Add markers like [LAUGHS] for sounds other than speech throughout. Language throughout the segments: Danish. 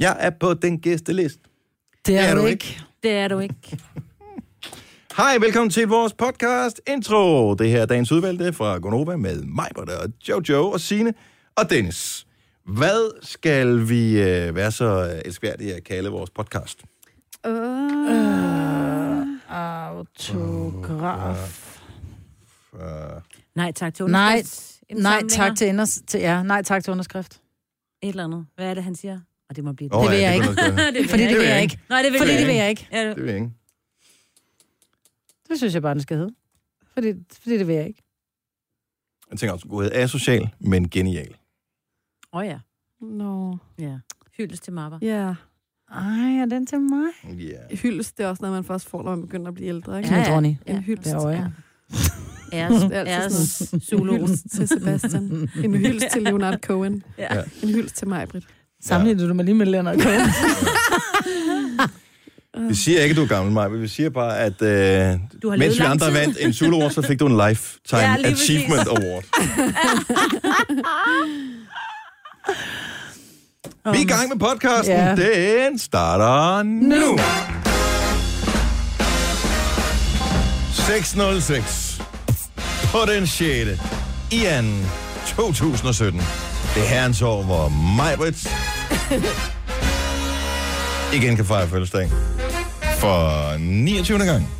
Jeg er på den gæsteliste. Det er er, du du ikke. ikke. Det er du ikke. Hej, velkommen til vores podcast intro. Det her er dagens udvalgte fra Gonova med mig, Britta, og Jojo og Sine og Dennis. Hvad skal vi øh, være så øh, elskværdige at kalde vores podcast? Øh, Autograf. Uh, Nej, tak til Nej, underskrift. Nej, Indsamlinger. tak til, inders- til, ja, nej, tak til underskrift. Et eller andet. Hvad er det, han siger? Og [LAUGHS] det må blive åh, vil jeg kunne nok være. det vil Fordi det vil vil jeg jeg ikke. Nej, det vil Fordi jeg det vil ikke. jeg ikke. Ja, det- Det vil jeg ikke. Det synes jeg bare, den skal hedde. Fordi, fordi det vil jeg ikke. Jeg tænker også, at godhed er social, men genial. Åh ja. Nå, ja. Hyldes til mapper. ja. Ej, er den til mig? Yeah. Hyldest, det er også noget, man først får, når man begynder at blive ældre, ikke? Ja, ja. dronning. En hyldest. Derovre, [LAUGHS] ja. Æres, Det er altid æres, sådan noget. En zoologen. hyldest [LAUGHS] til Sebastian. En hyldest til Leonard Cohen. Ja. Ja. En hyldest til mig, Britt. Sammenligner du det med lige med Leonard Cohen? Øh. Vi siger ikke, at du er gammel, Maja, men vi siger bare, at øh, Du har levet mens vi lang andre tid. vandt en Zulu så fik du en Lifetime [LAUGHS] Ja, ja, lige præcis. Achievement [LAUGHS] Award. Vi er i gang med podcasten. Ja. Ja. Den starter nu. Nu. 6.06 på den 6. i anden 2017. Det er herrens år, hvor [LAUGHS] Majbrits igen kan fejre fødselsdag. For 29. gang. [LAUGHS]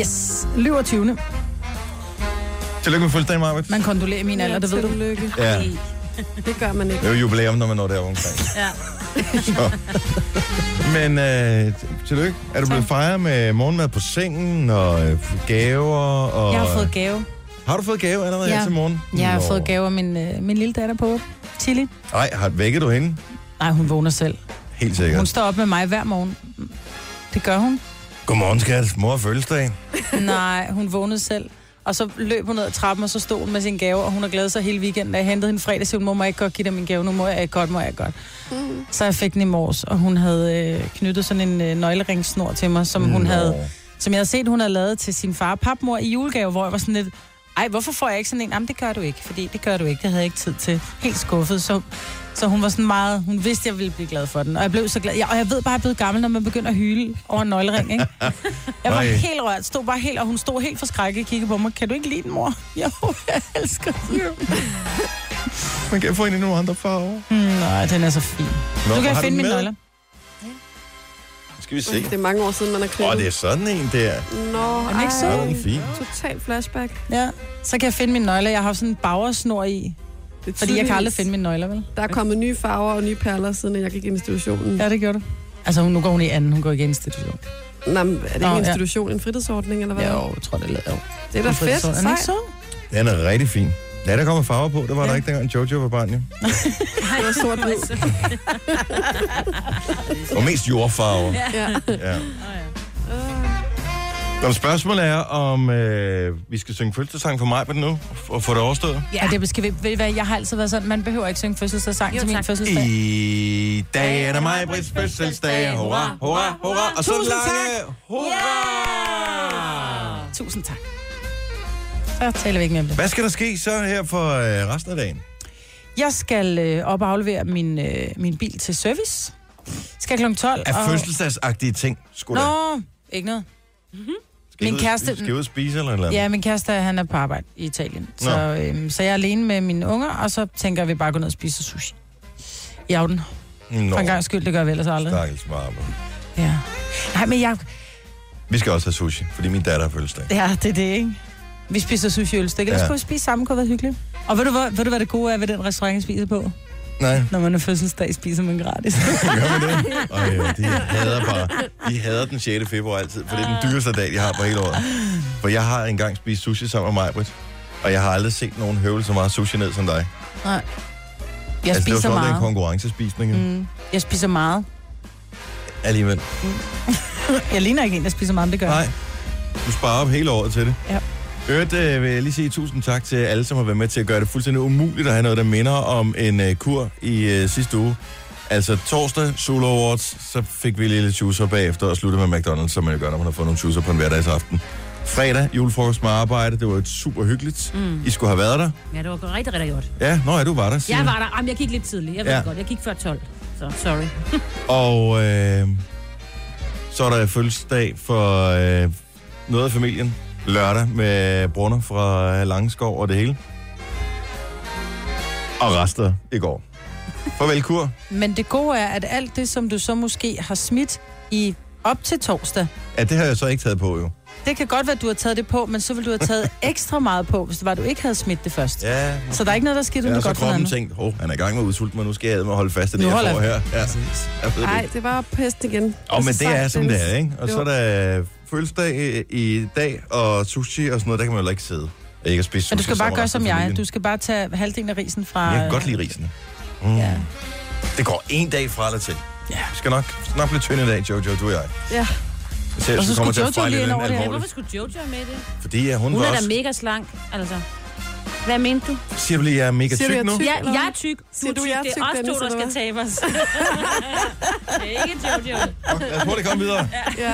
Yes, lyver 20. Tillykke med fødselsdagen, Majbrits. Man kondolerer min alder, det ved du. Tillykke. Ja. Det gør man ikke. Det er jo jubilæum, når man når der omkring. Ja. Så. Men øh, tillykke. Er du blevet fejret med morgenmad på sengen og øh, gaver? Og... Jeg har fået gave. Har du fået gave allerede Ja. her til morgen? Jeg har Nå. fået gave af min, øh, min lille datter på Chili. Nej, har vækket du hende? Nej, hun vågner selv. Helt Hun sikkert. står op med mig hver morgen. Det gør hun. Godmorgen, skat. Mor har fødselsdag. Nej, hun vågnede selv. Og så løb hun ned ad trappen, og så stod hun med sin gave, og hun har glædet sig hele weekenden. Da jeg hentede hende fredag, så hun, mor, må jeg ikke godt give dig min gave? Nu må jeg godt, må jeg godt. Mm. Så jeg fik den i morges, og hun havde øh, knyttet sådan en øh, nøgleringsnor til mig, som, hun Nå. havde, som jeg havde set, hun havde lavet til sin far og papmor i julegave, hvor jeg var sådan lidt, ej, hvorfor får jeg ikke sådan en? Jamen, det gør du ikke, fordi det gør du ikke. Det havde jeg ikke tid til. Helt skuffet. Så, så hun var sådan meget, hun vidste, jeg ville blive glad for den. Og jeg blev så glad. Ja, og jeg ved bare, at jeg er blevet gammel, når man begynder at hyle over en nøglering, ikke? Jeg var Ej. helt rørt, stod bare helt, og hun stod helt forskrækket og kiggede på mig. Kan du ikke lide den, mor? [LAUGHS] Jo, jeg elsker den. Man kan få en i nogle andre farver. Mm, nej, den er så fin. Nå, du kan har finde den min med? nøgle. Skal vi se. Det er mange år siden, man har Åh, klippet. oh, det er sådan en der. Nå, Er den ikke ej. Sådan en fin. Total flashback. Ja. Så kan jeg finde min nøgle. Jeg har sådan en bagersnor i, Det er fordi jeg kan aldrig tydeligvis- finde min nøgler, vel? Der er kommet nye farver og nye perler, siden jeg gik i institutionen. Ja. Ja, det gjorde du. Altså, hun- nu går hun i anden. Hun går ikke i institution. Nå, men er det Nå, ikke ja. en institution, en fritidsordning, eller hvad? Jo, jeg tror, det lader jo. Det er da fedt. Er den ikke Sejt. så? Den er rigtig fin. Ja, der kommer farver på. Det var ja. der Ja. ikke dengang Jojo var barn, jo. Det var sort [LAUGHS] hvid. Og mest jordfarver. Ja. Ja. Nå, spørgsmålet er, om øh, vi skal synge fødselsdagssang for mig på den nu, og få det overstået. Ja, det skal vi, ved I hvad, jeg har altid været sådan, man behøver ikke synge fødselsdagssang Jo, til min tak. fødselsdag. I dag er det mig, Brits fødselsdag. Hurra, hurra, hurra. Og så Tusind lange hurra. Ah! Tusind tak. Så taler vi ikke mere om det. Hvad skal der ske så her for øh, resten af dagen? Jeg skal øh, op og aflevere min, øh, min bil til service. Skal kl. 12. Er og- fødselsdagsagtige ting? Skulle der? Nå, ikke noget. Skal I min ud- kæreste- Skal I ud og spise eller et eller andet? Ja, min kæreste, han er på arbejde i Italien. Så, øhm, så jeg er alene med mine unger, og så tænker jeg, at vi bare går ned og spiser sushi. I aften. Nå, For en gang skyld, det gør vi ellers aldrig. stakkels marmor. Ja. Nej, men jeg... Vi skal også have sushi, fordi min datter har fødselsdag. Ja, det er det, ikke? Vi spiser sushi og ølstik, ellers Ja. ja. kunne vi spise sammen, kunne have været hyggeligt. Og ved du, hvad, ved du, hvad det gode er ved den restaurant, jeg spiser på? Nej, Når man er fødselsdag, spiser man [LAUGHS] gratis. Altså, gør vi det? Ej, jo, de hader bare. De hader den 6. februar altid, for det er den dyreste dag, de har på hele året. For jeg har engang spist sushi sammen med mig, Britt. Og jeg har aldrig set nogen høvle så meget sushi ned som dig. Jeg altså, det var spiser sådan lidt en meget. konkurrencespisning. Mm. Mm, jeg spiser meget. Alligevel. Jeg ligner ikke en, der spiser meget, men det gør jeg. Nej. Du sparer op hele året til det. Ja. Øvrigt øh, vil jeg lige sige tusind tak til alle, som har været med til at gøre det fuldstændig umuligt at have noget, der minder om en øh, kur i øh, sidste uge. Altså torsdag, Solo Awards, så fik vi lille juicer bagefter og sluttede med McDonald's, som man jo gør, når man har fået nogle juicer på en hverdagsaften. Fredag, julefrokost med arbejde, det var jo super hyggeligt. Mm. I skulle have været der. ja, det var rigtig, rigtig godt. Ja, nå ja, du var der. Signe. Jeg var der. Jamen, jeg gik lidt tidligt. Jeg ved Mm. Ja. ja. godt. Jeg gik før 12. Så sorry. Og øh, så er der fødselsdag for øh, noget af familien lørdag med Brunner fra Langskov og det hele. Og rester i går. Farvel, kur. Men det gode er, at alt det, som du så måske har smidt i op til torsdag, Ja, det har jeg så ikke taget på, jo. det kan godt være, at du har taget det på, men så vil du [LAUGHS] have taget ekstra meget på, hvis det var, du ikke havde smidt det først. Ja. Ja, Så der er ikke noget, der sker, du ja, ja, og så godt for kroppen noget. tænkt, oh, han er i gang med at udsulte mig, nu skal jeg med at holde fast i det, Nu jeg holder får her. Ja, jeg ved det. Nej, det var pest igen. Og men det er, som det er, ikke? Og Jo. så er der øh, fødselsdag i dag, og sushi og sådan noget, der kan man jo heller ikke sidde. og Ikke at spise sushi Men du skal bare sammen med gøre resten som af jeg. familien. Du skal bare tage halvdelen af risen fra... øh, Men Jeg kan godt lide risene. Mm. Ja. Det går en dag fra eller til. Ja. Vi skal nok, skal nok blive tynde i dag, Jojo, du og jeg. Ja. Selv, Og så du kommer skulle til at Jojo fejle lige den ind over det her. alvorligt. Hvorfor skulle Jojo have med det? Fordi ja, hun, Hun var er da også... mega slank, altså. Hvad mente du? Siger du lige, jeg er mega Siger du, tyk jeg er nu? tyk? Ja, jeg er tyk. Du Siger er du, tyk. jeg er det tyk, er os to, Dennis, der skal eller tabe hvad? os. [LAUGHS] det er ikke Jojo. Lad os hurtigt komme videre. Ja.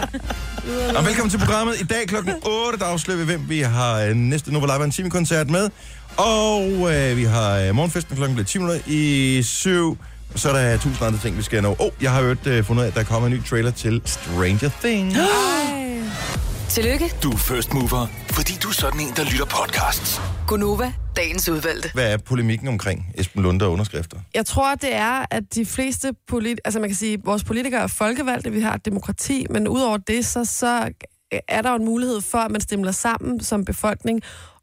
Videre. Og velkommen til programmet. I dag klokken 8, der afslører vi, hvem vi har øh, næste Nova Live Antimi koncert med. Og øh, vi har øh, morgenfesten klokken bliver 10 minutter i 7. Og så er der tusind andre ting, vi skal nå. Åh, oh, jeg har jo øh, fundet ud af, at der kommer en ny trailer til Stranger Things. Tillykke, Du er first mover, fordi du er sådan en, der lytter podcasts. Gunova, dagens udvalgte. Hvad er polemikken omkring Esben Lunde og underskrifter? Jeg tror, det er, at de fleste polit... Altså man kan sige, vores politikere er folkevalgte, vi har et demokrati, men udover det, så, så er der jo en mulighed for, at man stemmer sammen som befolkning,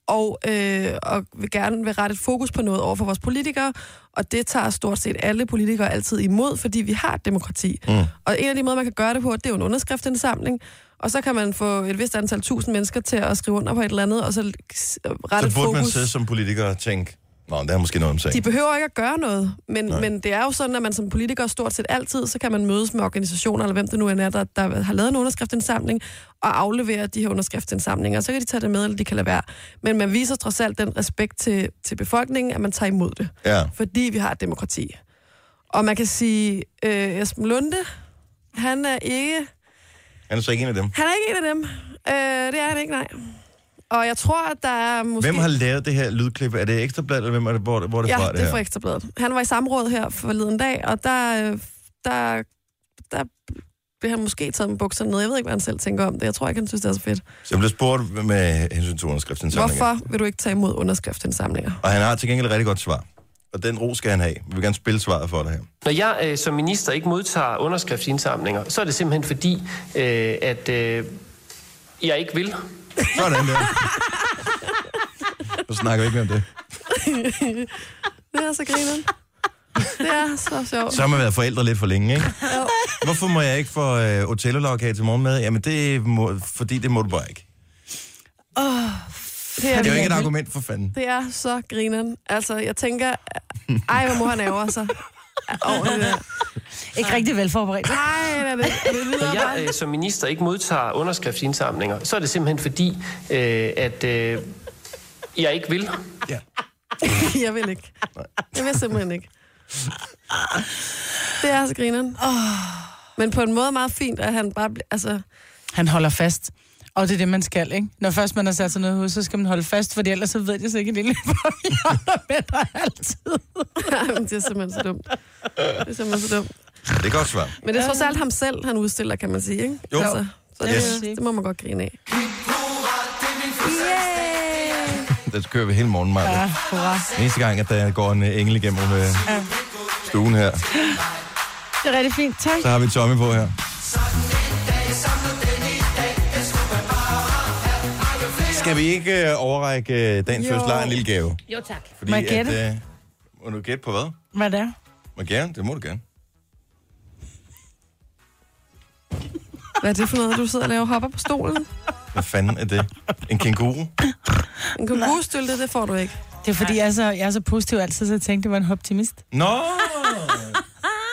og, øh, og vil gerne vil rette et fokus på noget over for vores politikere, og det tager stort set alle politikere altid imod, fordi vi har et demokrati. Mm. Og en af de måder, man kan gøre det på, det er jo en underskriftindsamling, og så kan man få et vist antal tusind mennesker til at skrive under på et eller andet, og så øh, rette Så et burde fokus. man sidde som politiker og tænke, Nå, der er måske noget om De sagen. behøver ikke at gøre noget, men, men det er jo sådan, at man som politiker stort set altid, så kan man mødes med organisationer, eller hvem det nu end er, der, der har lavet en underskriftindsamling, og aflevere de her underskriftsindsamlinger. Så kan de tage det med, eller de kan lade være. Men man viser trods alt den respekt til, til befolkningen, at man tager imod det. Ja. Fordi vi har et demokrati. Og man kan sige, øh, Esben Lunde, han er ikke Han er så ikke en af dem. han er ikke en af dem. Øh, det er han ikke, nej. Og jeg tror, at der er måske... Hvem har lavet det her lydklip? Er det Ekstrabladet, eller hvem er det, hvor, hvor er det fra? Ja, det er her? fra Ekstrabladet. Han var i samråd her forleden dag, og der, øh, der, der blev han måske taget med bukserne ned. Jeg ved ikke, hvad han selv tænker om det. Jeg tror ikke, han synes, det er så fedt. Så jeg blev spurgt med hensyn til underskriftsindsamlingen. Hvorfor vil du ikke tage imod underskriftindsamlinger? Og han har til gengæld et rigtig godt svar. Og den ro skal han have. Vi vil gerne spille svaret for dig her. Når jeg øh, som minister ikke modtager underskriftsindsamlinger, så er det simpelthen fordi, øh, at øh, jeg ikke vil. Sådan der. Så snakker vi ikke mere om det. Det er så grineren. Det er så sjovt. Så har man været forældre lidt for længe, ikke? Hvorfor må jeg ikke få øh, otello-lavkage til morgenmad? Jamen, det må, fordi det må du bare ikke. Det Det er jo er, ikke et det, argument for fanden. det er så grineren. Altså, jeg tænker... Ej, hvor mor han ærger sig. Over det der. Ikke rigtig velforberedt. Ej, det er det. Det lyder Når jeg øh, som minister ikke modtager underskriftsindsamlinger, så er det simpelthen fordi, øh, at øh, jeg ikke vil. Ja. bare... [LAUGHS] Jeg vil ikke. Jeg vil simpelthen ikke. Det er så grineren. Ah. Men på en måde meget fint, at han bare... bl- Altså, [LAUGHS] Han holder fast. Og det er det, man skal, ikke? Når først man har sat sig noget hos, så skal man holde fast, for ellers så ved jeg så ikke, at det løber, om jeg holder med dig altid. Ej, men det er simpelthen så dumt. Det er simpelthen så dumt. Det er et godt svar. Men det er trods alt ham selv, han udstiller, kan man sige, ikke? Altså, Jo. så det, Yes. yes. det må man godt grine af. Det kører vi hele morgen, Maja. Ja, hurra. Næste gang, at der går en øh, engel igennem øh, stuen her, Det er rigtig fint. Tak. så har vi Tommy på her. Skal vi ikke øh, overrække øh, dagens Jo. fødselar en lille gave? Jo tak. Fordi Må jeg gætte? At, øh, må du gætte på hvad? Hvad er det? Må jeg gerne? Det må du gerne. Hvad er det for noget, du sidder og laver hopper på stolen? Hvad fanden er det? En kænguru? En kongusstølte, det får du ikke. Det er fordi, jeg er, så, jeg er så positiv altid, så jeg tænkte, det var en optimist. [LAUGHS] Nå!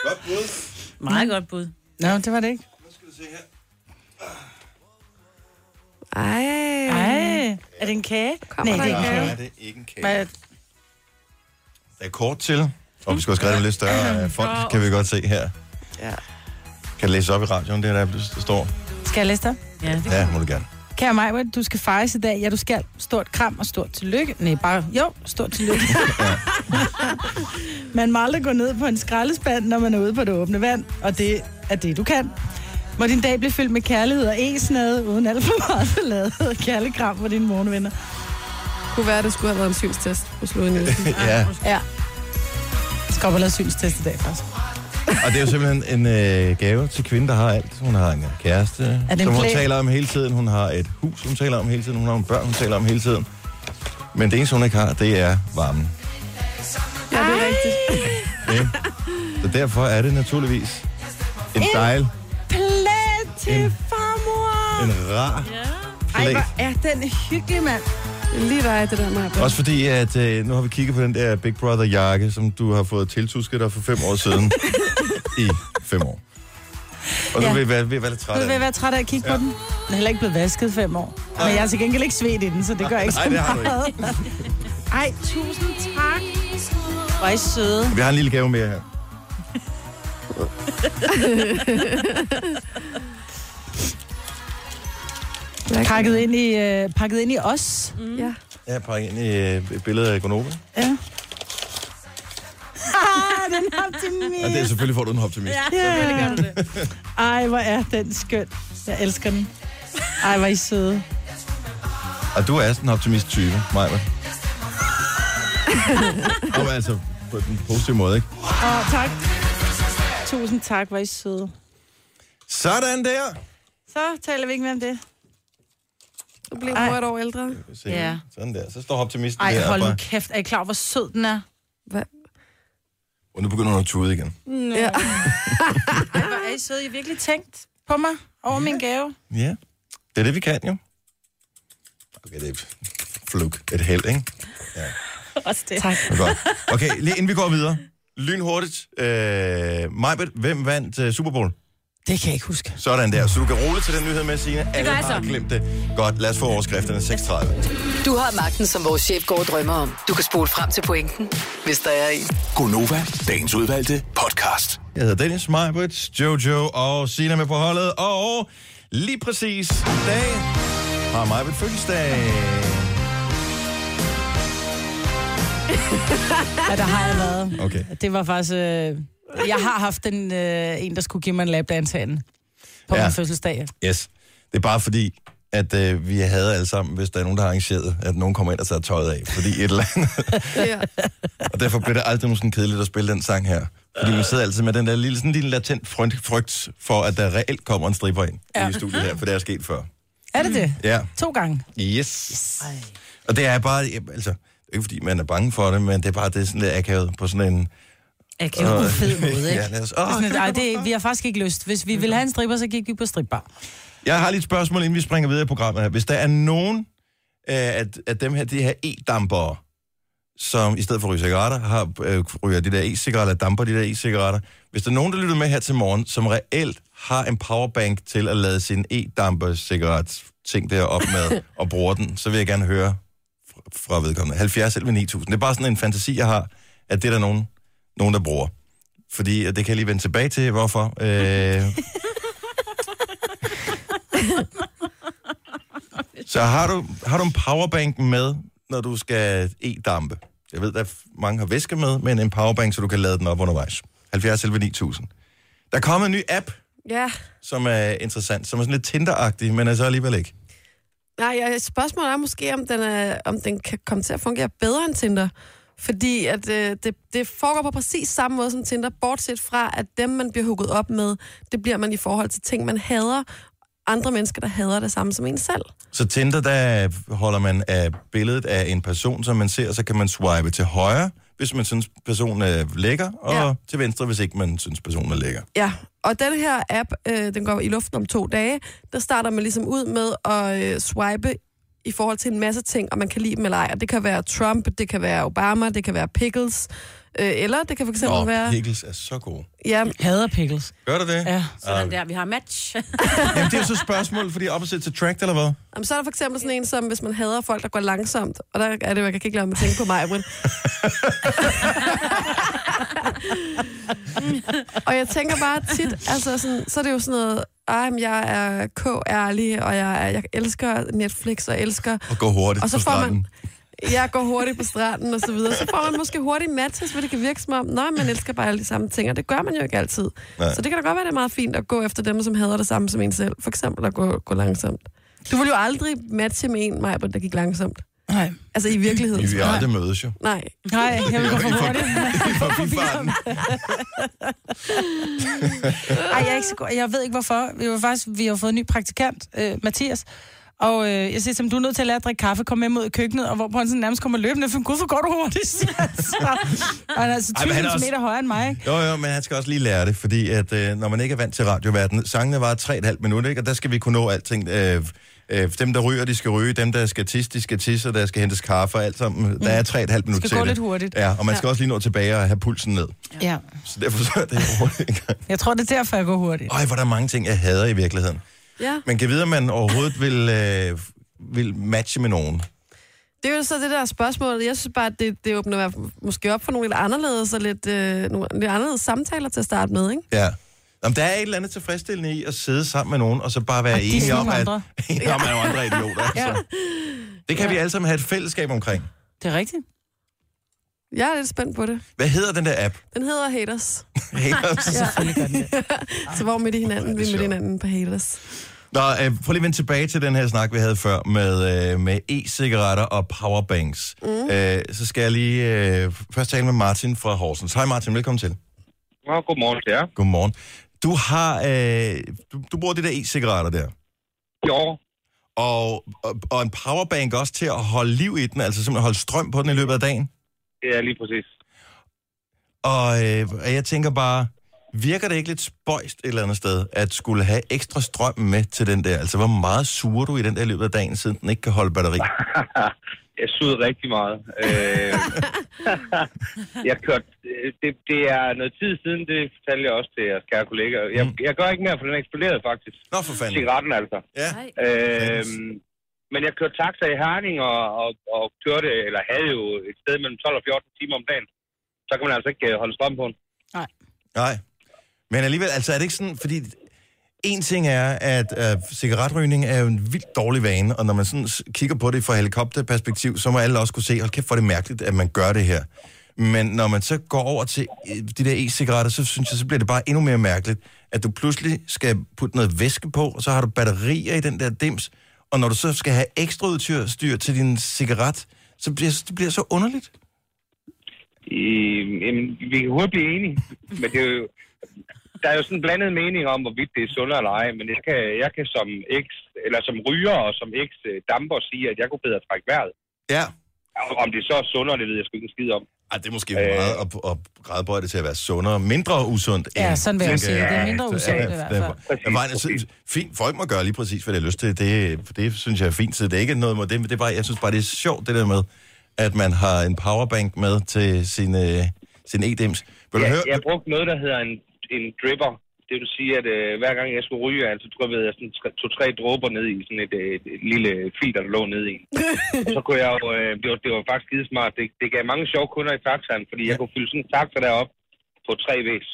Godt bud. Meget godt bud. Nå, det var det ikke. Ej. Ej, er det en kage? Kommer Nej, det er der ikke Nej, en kage. det er ikke en kage. Hvad- Der er kort til. Og vi skal også skrive en lidt større øh, font, kan vi godt se her. Ja. Kan du læse op i radioen, det der, der står? Skal jeg læse dig? Ja, det Ja, må du gerne. Kære mig, du skal fejres i dag. Ja, du skal. Stort kram og stort tillykke. Nej, bare jo, stort tillykke. [LAUGHS] man må aldrig gå ned på en skraldespand, når man er ude på det åbne vand. Og det er det, du kan. Må din dag blive fyldt med kærlighed og esnade, uden alt for meget forlade og kærlig kram for dine morgenvenner. Kunne være, at det skulle have været en synstest hos Louis Nielsen. ja. ja. Skal op og lave synstest i dag, faktisk. Og det er jo simpelthen en øh, gave til kvinden, der har alt. Hun har en øh, kæreste, det en som hun plan? taler om hele tiden. Hun har et hus, hun taler om hele tiden. Hun har nogle børn, hun taler om hele tiden. Men det eneste, hun ikke har, det er varmen. ja, det er rigtigt. Ikke? Så derfor er det naturligvis en dejl, Plet til En- farmor! en rar Ej, flæk. hvor er den hyggelig, mand. Det er Lige dig, det der, Maja. Også fordi, at øh, nu har vi kigget på den der Big Brother-jakke, som du har fået tiltusket dig for fem år [LAUGHS] siden. I fem år. Og nu Ja. vil jeg være, vil jeg være lidt Du træt af vil den. være træt af at kigge ja. på den. Den er heller ikke blevet vasket fem år. Nej. Men jeg har til gengæld ikke svedt i den, så det gør ikke Nej, så det har du ikke. meget. [LAUGHS] Ej, tusind tak. Hvor er I søde. Vi har en lille gave mere her. Pakket ind i, øh, pakket ind i os. Ja. Jeg har pakket ind i øh, et billede af Gonova. Ja. [LAUGHS] Ah, den optimist. Og det er selvfølgelig for, at du er en optimist. Ja. Ja. Ej, hvor er den skøn. Jeg elsker den. Ej, hvor er I søde. Og du er sådan en optimist-type, Maja. [LAUGHS] Og altså på den positive måde, ikke? Og tak. Tusind tak, hvor er I søde. Sådan der! Så taler vi ikke mere om det. Du blev Ej. mor et år ældre. Se, Ja. Sådan der. Så står optimisten Ej, der. og hold nu bare- kæft. Er I klar, over, hvor sød den er? Hvad? Og nu begynder hun at tude igen. Ja. Ej, Ah. hvor er I søde. I har virkelig tænkt på mig over min gave. Ja, det er det, vi kan jo. Okay, det er fluk. Et held, ikke? Også det. Tak. Det er Godt. Okay, lige inden vi går videre. Lynhurtigt. Øh, Majbet, hvem vandt øh, Super Bowl? Det kan jeg ikke huske. Sådan der. Så du kan rulle til den nyhed med, Signe. Alle gør jeg har så. glemt det. Godt, lad os få overskrifterne. 36. Du har magten, som vores chef går og drømmer om. Du kan spole frem til pointen, hvis der er en. Gonova, dagens udvalgte podcast. Jeg hedder Dennis Majbert, Jojo og Sina med på holdet, og lige præcis i dag har Majbert fødselsdag. Ja, der har jeg været. Okay. Det var faktisk... Øh, jeg har haft en, øh, en, der skulle give mig en lapdance herinde. På Ja. ja. min fødselsdag. Yes. Det er bare fordi, at øh, vi havde alle sammen, hvis der er nogen, der har arrangeret, at nogen kommer ind og tager tøjet af, fordi et eller andet. ja. Og derfor bliver det aldrig sådan kedeligt at spille den sang her. Fordi man sidder altid med den der lille, sådan en lille latent frygt, frygt for, at der reelt kommer en stripper ind ja. i studiet her, for det er sket før. Er det det? Ja. To gange. Yes. yes. Og det er bare, altså, det er ikke fordi, man er bange for det, men det er bare, det er sådan lidt akavet på sådan en... Jeg kan jo en fed måde, ikke? Ja, lad os, åh, Sådan, nej, det, vi har faktisk ikke lyst. Hvis vi ville have en stripper, så gik vi på stripbar. Jeg har lige et spørgsmål, inden vi springer videre i programmet her. Hvis der er nogen øh, af, af dem her, de her e-dampere, som i stedet for at ryge cigaretter, har, øh, ryger de der e-cigaretter, damper de der e-cigaretter. Hvis der er nogen, der lytter med her til morgen, som reelt har en powerbank til at lade sin e-damper cigaret ting der op med, og bruger den, så vil jeg gerne høre fra, fra vedkommende. 70 11 9000. Det er bare sådan en fantasi, jeg har, at det er der nogen, nogen der bruger. Fordi, og det kan jeg lige vende tilbage til, hvorfor. Øh, Så har du, har du en powerbank med, når du skal e-dampe? Jeg ved, at mange har væske med, men en powerbank, så du kan lade den op undervejs. 70 11 9000. Der er kommet en ny app, ja. som er interessant, som er sådan lidt Tinder-agtig, men er så alligevel ikke. Nej, jeg, spørgsmålet er måske, om den, er, om den kan komme til at fungere bedre end Tinder. Fordi at, øh, det, det foregår på præcis samme måde som Tinder, bortset fra, at dem, man bliver hugget op med, det bliver man i forhold til ting, man hader. Andre mennesker, der hader det samme som en selv. Så Tinder, der holder man af billedet af en person, som man ser, så kan man swipe til højre, hvis man synes, personen er lækker, og ja. Ja. til venstre, hvis ikke man synes, personen er lækker. Ja, og den her app, øh, den går i luften om to dage. Der starter man ligesom ud med at øh, swipe i forhold til en masse ting, og man kan lide dem eller ej. Og det kan være Trump, det kan være Obama, det kan være Pickles, øh, eller det kan for eksempel Og være... pickles er så gode. Ja, Hader pickles. Gør du det? Ja. Sådan der, vi har match. Jamen, det er jo så et spørgsmål, fordi opposite til track, eller hvad? Jamen, så er der for eksempel sådan en som, hvis man hader folk, der går langsomt. Og der er det, jeg kan ikke lade mig at tænke på mig, Britt. og jeg tænker bare tit, altså sådan, så er det jo sådan noget, ej, men jeg er k-ærlig, og jeg, er- jeg elsker Netflix, og elsker... Og gå hurtigt Og så på får stranden. man, jeg går hurtigt på stranden og så videre. Så får man måske hurtigt matches, hvor det kan virke som om, nej, man elsker bare alle de samme ting, og det gør man jo ikke altid. Nej. Nej. Så det kan da godt være, det er meget fint at gå efter dem, som hader det samme som en selv. For eksempel at gå, gå langsomt. Du ville jo aldrig matche med en, Maja, der gik langsomt. Nej. Altså i virkeligheden. Vi vil aldrig mødes [LAUGHS] jo. Nej. Nej, jeg vil gå for hurtigt. [LAUGHS] Forbifarten. Ej, jeg, er ikke så god. jeg ved ikke hvorfor. Vi var faktisk, vi har fået en ny praktikant, øh, Mathias. Og øh, jeg siger til ham, du er nødt til at lære at drikke kaffe, komme med mod i køkkenet, og hvor han sådan nærmest kommer løbende, for gud, hvor går du hurtigt, siger han [LAUGHS] så. Og han er altså Ej, 20 men han er også- meter højere end mig, ikke? Jo, jo, men han skal også lige lære det, fordi at, øh, når man ikke er vant til radioverdenen, sangene var 3,5 minutter, ikke? og der skal vi kunne nå alting. Øh, øh, dem, der ryger, de skal ryge. Dem, der skal tisse, de skal tisse, og der skal hentes kaffe og alt sammen. Der er 3,5 minutter Skal til gå det. lidt hurtigt. Ja, og man skal også lige nå tilbage og have pulsen ned. Ja. Så derfor så er [LAUGHS] det hurtigt. en gang. Jeg tror, det er derfor, jeg går hurtigt. Øj, hvor der er mange ting, jeg hader i virkeligheden. Ja. Man kan vide, om man overhovedet vil, øh, vil matche med nogen. Det er jo så det der spørgsmål. Jeg synes bare, at det, det åbner i hvert fald måske op for nogle lidt anderledes, og lidt, øh, nogle lidt anderledes samtaler til at starte med, ikke? Ja. Jamen, der er et eller andet tilfredsstillende i at sidde sammen med nogen, og så bare være Og disse enige om, nogle at, andre. [LAUGHS] enige om, at nogle andre er idioter. Altså. Det kan vi alle sammen have et fællesskab omkring. Det er rigtigt. Jeg er lidt spændt på det. Hvad hedder den der app? Den hedder Haters. Haters. Så hvor midt i Hvor er det hinanden, vi er midt i sjovt. hinanden på Haters. Nå, øh, prøv lige at vende tilbage til den her snak, vi havde før med, øh, med e-cigaretter og powerbanks. Mm. Øh, så skal jeg lige øh, først tale med Martin fra Horsens. Hej Martin, velkommen til. Nå, godmorgen til jer. Godmorgen. Du har, øh, du, du bruger det der e-cigaretter der, Jo, og, og, og en powerbank også til at holde liv i den, altså simpelthen holde strøm på den i løbet af dagen. det er lige præcis. [LAUGHS] Og, øh, og jeg tænker bare, virker det ikke lidt spøjst et eller andet sted, at skulle have ekstra strøm med til den der? Altså, hvor meget suger du i den der i løbet af dagen, siden den ikke kan holde batteri? Jeg syede rigtig meget. Øh, jeg kørte, det, det er noget tid siden, det fortalte jeg også til jeres kære kollegaer. Jeg, Mm. jeg gør ikke mere, for den eksploderede faktisk. Nå, for fanden. Cigaretten altså. Ja. Nej. Øh, men jeg kørte taxa i Herning og, og, og kørte, eller havde jo et sted mellem 12 og 14 timer om dagen. Så kan man altså ikke øh, holde strøm på den. Nej. Men alligevel, altså er det ikke sådan, fordi en ting er, at øh, cigaretrygning er jo en vildt dårlig vane, og når man sådan s- kigger på det fra helikopterperspektiv, så må alle også kunne se, hold kæft, hvor er det mærkeligt, at man gør det her. Men når man så går over til øh, de der e-cigaretter, så synes jeg, så bliver det bare endnu mere mærkeligt, at du pludselig skal putte noget væske på, og så har du batterier i den der dims, og når du så skal have ekstra udstyr styr til din cigaret, så bliver det bliver så underligt. Øh, jamen, vi kan hurtigt blive enige, men det er jo, der er jo sådan en blandet mening om, hvorvidt det er sundt eller ej, men jeg kan, jeg kan som ex, eller som ryger og som ex øh, damper sige, at jeg kunne bedre trække vejret. Ja. Og Om det så er sundere, det ved jeg sgu ikke en skid om. Ej, det er måske øh... meget at, at gradbøje det til at være sundere. Mindre usundt. Ja, end- sådan vil jeg sige. Det er mindre Ja, usundt i ja, hvert det er- fald. Præcis, Men vejen er så- præcis. Fint, folk må gøre lige præcis, hvad de har lyst til. Det, det synes jeg er fint, så det er ikke noget med det, men det er bare, jeg synes bare, det er sjovt, det der med, at man har en powerbank med til sin, øh, sin e-dims. Vil du Jeg, høre? jeg brugte noget, der hedder en, en dripper. Det vil sige, at øh, hver gang jeg skulle ryge, altså, tror jeg, jeg sådan tre- to-tre dråber ned i sådan et, øh, et lille filter, der lå ned [LAUGHS] i. Og så kunne jeg jo, øh, det, var, det var faktisk skide smart. Det, det gav mange sjove kunder i taxaen, fordi jeg kunne fylde sådan en taxa derop på tre væs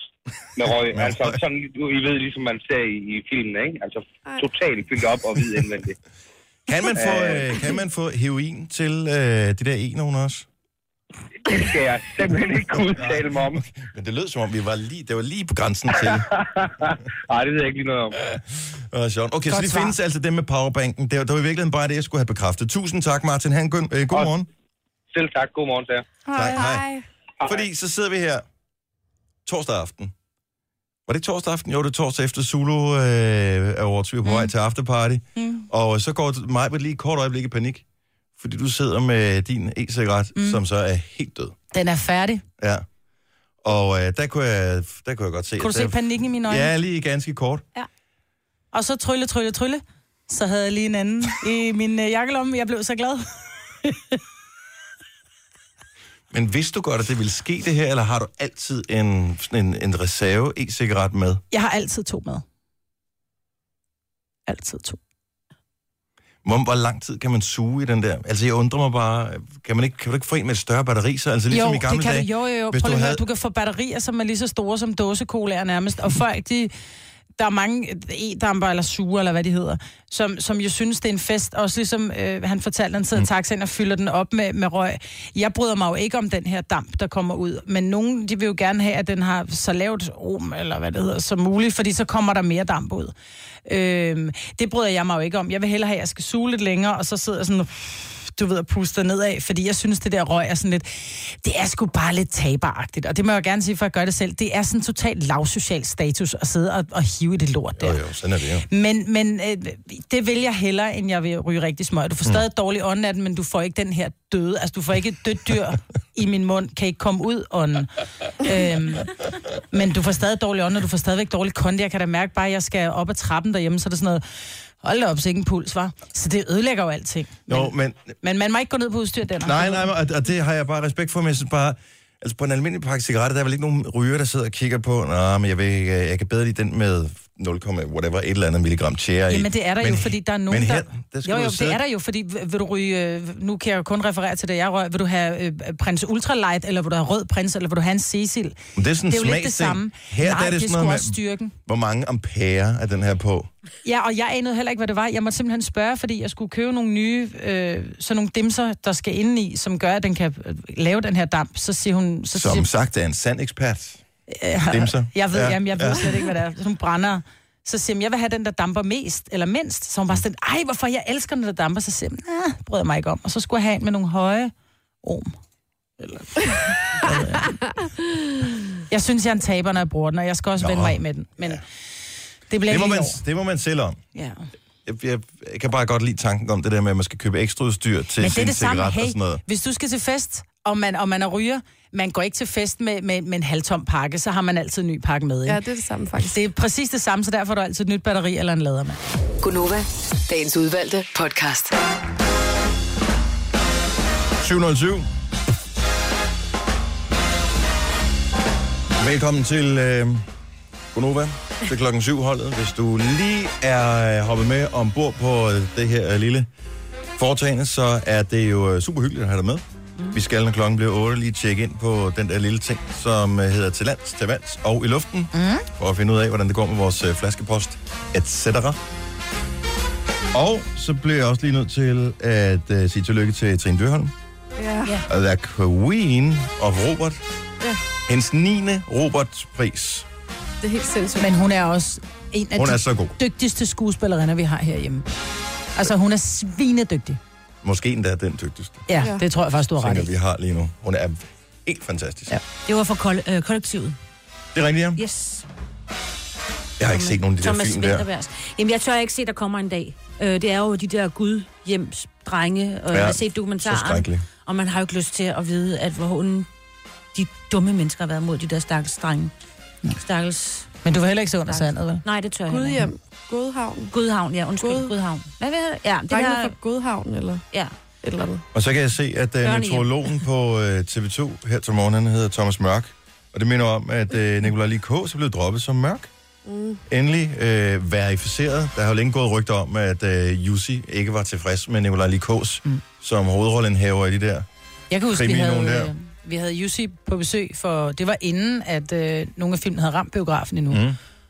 med [LAUGHS] røg. Med altså røg. sådan, I ved, ligesom man ser i, i filmen, ikke? Altså Ej. totalt fyldt op og hvid indvendigt. Kan man få, Øh. øh, kan man få heroin til øh, de der e-nogen også? Det skal jeg simpelthen ikke kunne udtale mig om. Men det lød som om, vi var lige, det var lige på grænsen [LAUGHS] til. Nej, det ved jeg ikke lige noget om. Øh, sjovt. Okay, så Godt det svar. findes altså dem med powerbanken. Det var, det var i virkeligheden bare det, jeg skulle have bekræftet. Tusind tak, Martin. Han, god, øh, god Godt. morgen. Selv tak. God morgen til jer. Hej. Hej. Fordi så sidder vi her torsdag aften. Var det ikke torsdag aften? Jo, det er torsdag efter Zulu øh, er over, vi er på vej til afterparty. Mm. Og så går mig lige et kort øjeblik i panik, fordi du sidder med din e-cigaret, mm. som så er helt død. Den er færdig. Ja. Og øh, der, kunne jeg, der kunne jeg godt se... Kunne du at se der, panikken i mine øjne? Ja, lige ganske kort. Og så trylle, trylle, trylle. Så havde jeg lige en anden i min øh, jakkelomme. Jeg blev så glad. Men vidste du godt, at det ville ske det her, eller har du altid en, sådan en, en reserve e-cigaret med? Jeg har altid to med. Altid to. Hvor, hvor lang tid kan man suge i den der? Altså, jeg undrer mig bare, kan man ikke, kan man ikke få en med et større batteri, så altså ligesom jo, i gamle det kan dage? du. Jo, jo, jo. hvis Prøv du lige havde... havde- du kan få batterier, som er lige så store som dåsekola nærmest. Og folk, de, der er mange øh, e-damper, eller sure, eller hvad de hedder, som, som jo synes, det er en fest. Også ligesom øh, han fortalte, han sidder Mm. i taxaen og fylder den op med, med røg. Jeg bryder mig jo ikke om den her damp, der kommer ud. Men nogen, de vil jo gerne have, at den har så lavt rom, eller hvad det hedder, som muligt, fordi så kommer der mere damp ud. Øh, det bryder jeg mig jo ikke om. Jeg vil hellere have, at jeg skal suge lidt længere, og så sidder jeg sådan du ved, at puste nedad, fordi jeg synes, det der røg er sådan lidt, det er sgu bare lidt taberagtigt, og det må jeg jo gerne sige, for at gøre det selv, det er sådan totalt lavsocial status at sidde og, og hive i det lort der. Jo, jo, sådan er det jo. Men, men øh, det vil jeg hellere, end jeg vil ryge rigtig smøg. Du får stadig Mm. dårlig ånd af den, men du får ikke den her døde, altså du får ikke et dødt dyr i min mund, kan ikke komme ud ånden. Øhm, men du får stadig dårlig ånd, og du får stadigvæk dårlig kondi. Jeg kan da mærke bare, at jeg skal op ad trappen derhjemme, så er det sådan noget, hold da op, så ikke en puls, var. Så det ødelægger jo alting. Nå, men, Men man må ikke gå ned på udstyr, Denner. nej, nej, og, og det har jeg bare respekt for, men jeg synes bare, altså på en almindelig pakke cigaretter, der er vel ikke nogen ryger, der sidder og kigger på, nej, men jeg, vil, ikke, øh, jeg kan bedre lide den med 0, whatever, et eller andet milligram tjære i. Jamen det er der men, jo, fordi der er nogen, men her, der... der skal jo, du jo, sidde- det er der jo, fordi v- vil du ryge... øh, Nu kan jeg jo kun referere til det, jeg røg. Vil du have øh, prins ultralight, eller vil du have rød prins, eller vil du have en Cecil? Men det er sådan Det er jo lidt smagsting. det samme. Her Nej, der er det, det sådan er sgu noget med, også styrken. hvor mange ampere er den her på? Ja, og jeg anede heller ikke, hvad det var. Jeg måtte simpelthen spørge, fordi jeg skulle købe nogle nye, øh, sådan nogle dimser, der skal ind i, som gør, at den kan øh, lave den her damp. Så siger hun... Så Som siger, sagt er en sand ekspert. Dimser. Jeg ved, Ja, ja, jamen, jeg ved ja. ja. slet ikke, hvad det er. Sådan nogle brænder. Så siger hun, jeg vil have den, der damper mest, eller mindst. Så hun bare sådan, ej, hvorfor jeg elsker, når der damper. Så siger hun, nej, bryder jeg mig ikke om. Og så skulle jeg have en med nogle høje orm. Eller... jeg synes, jeg er en taber, når jeg bruger den, og jeg skal også Nå. vende mig af med den. Men det bliver Det må, ikke i man, år. det må man selv om. Ja. Jeg, jeg, jeg kan bare godt lide tanken om det der med, at man skal købe ekstra udstyr til Men det er sin det cigaret samme. og Hey, sådan noget. hvis du skal til fest, og man, og man er ryger, man går ikke til fest med, med, med en halvtom pakke, så har man altid en ny pakke med. Ikke? Ja, det er det samme faktisk. Det er præcis det samme, så derfor er der altid et nyt batteri eller en lader med. Gunova, dagens udvalgte podcast. 707. Velkommen til øh, Gonova til klokken 7 holdet. Hvis du lige er øh, hoppet med ombord på øh, det her øh, lille foretagende, så er det jo øh, super hyggeligt at have dig med. Vi skal, når klokken bliver 8, lige tjekke ind på den der lille ting, som øh, hedder til lands, til vands og i luften, mm. for at finde ud af, hvordan det går med vores øh, flaskepost, etc. Og så bliver jeg også lige nødt til at øh, sige tillykke til Trine Dyrholm, Ja. ja. The Queen of Robert. Ja. Hendes 9. Robertspris. Det er helt sindssygt. Men hun er også en af Hun de er så god. dygtigste skuespillerinder, vi har herhjemme. Altså, hun er svinedygtig. Måske endda den dygtigste, Ja, Ja. ja. det tror jeg faktisk, du har ret tænker vi i. har lige nu. Hun er helt fantastisk. Ja. Ja. Det var for kol- øh, kollektivet. Det er rigtigt, ja. Yes. Jeg har ikke set nogen af de der Thomas film der. Vinterbergs. Jamen, jeg tør ikke se, der kommer en dag. Øh, det er jo de der gudhjems drenge, og ja, jeg har set så dokumentaren. skrækkeligt. Og man har jo ikke lyst til at vide, at hvor hun, de dumme mennesker har været mod de der stakkels drenge. Stakkels... Men du var heller ikke så under sandet, vel? Nej, det tør jeg heller ikke. Gudhjem, Godhavn. Godhavn, ja. Undskyld, God- God... Godhavn. Hvad ved jeg? Ja, det Drengene der... fra Godhavn, eller Ja. et eller andet. Og så kan jeg se, at uh, Børnehjem. meteorologen på uh, TV2 her til morgen, han hedder Thomas Mørk. Og det minder om, at uh, Nicolai Lee K. så blev droppet som mørk. Mm. Endelig øh, verificeret. Der har jo længe gået rygter om, at øh, Jussi ikke var tilfreds med Nicolai Lee K's, mm. som hovedrollen haver i de der Jeg kan huske, vi Krimi, havde, nogen der. øh, vi havde Jussi på besøg, for det var inden, at øh, nogle af filmene havde ramt biografen endnu. Mm.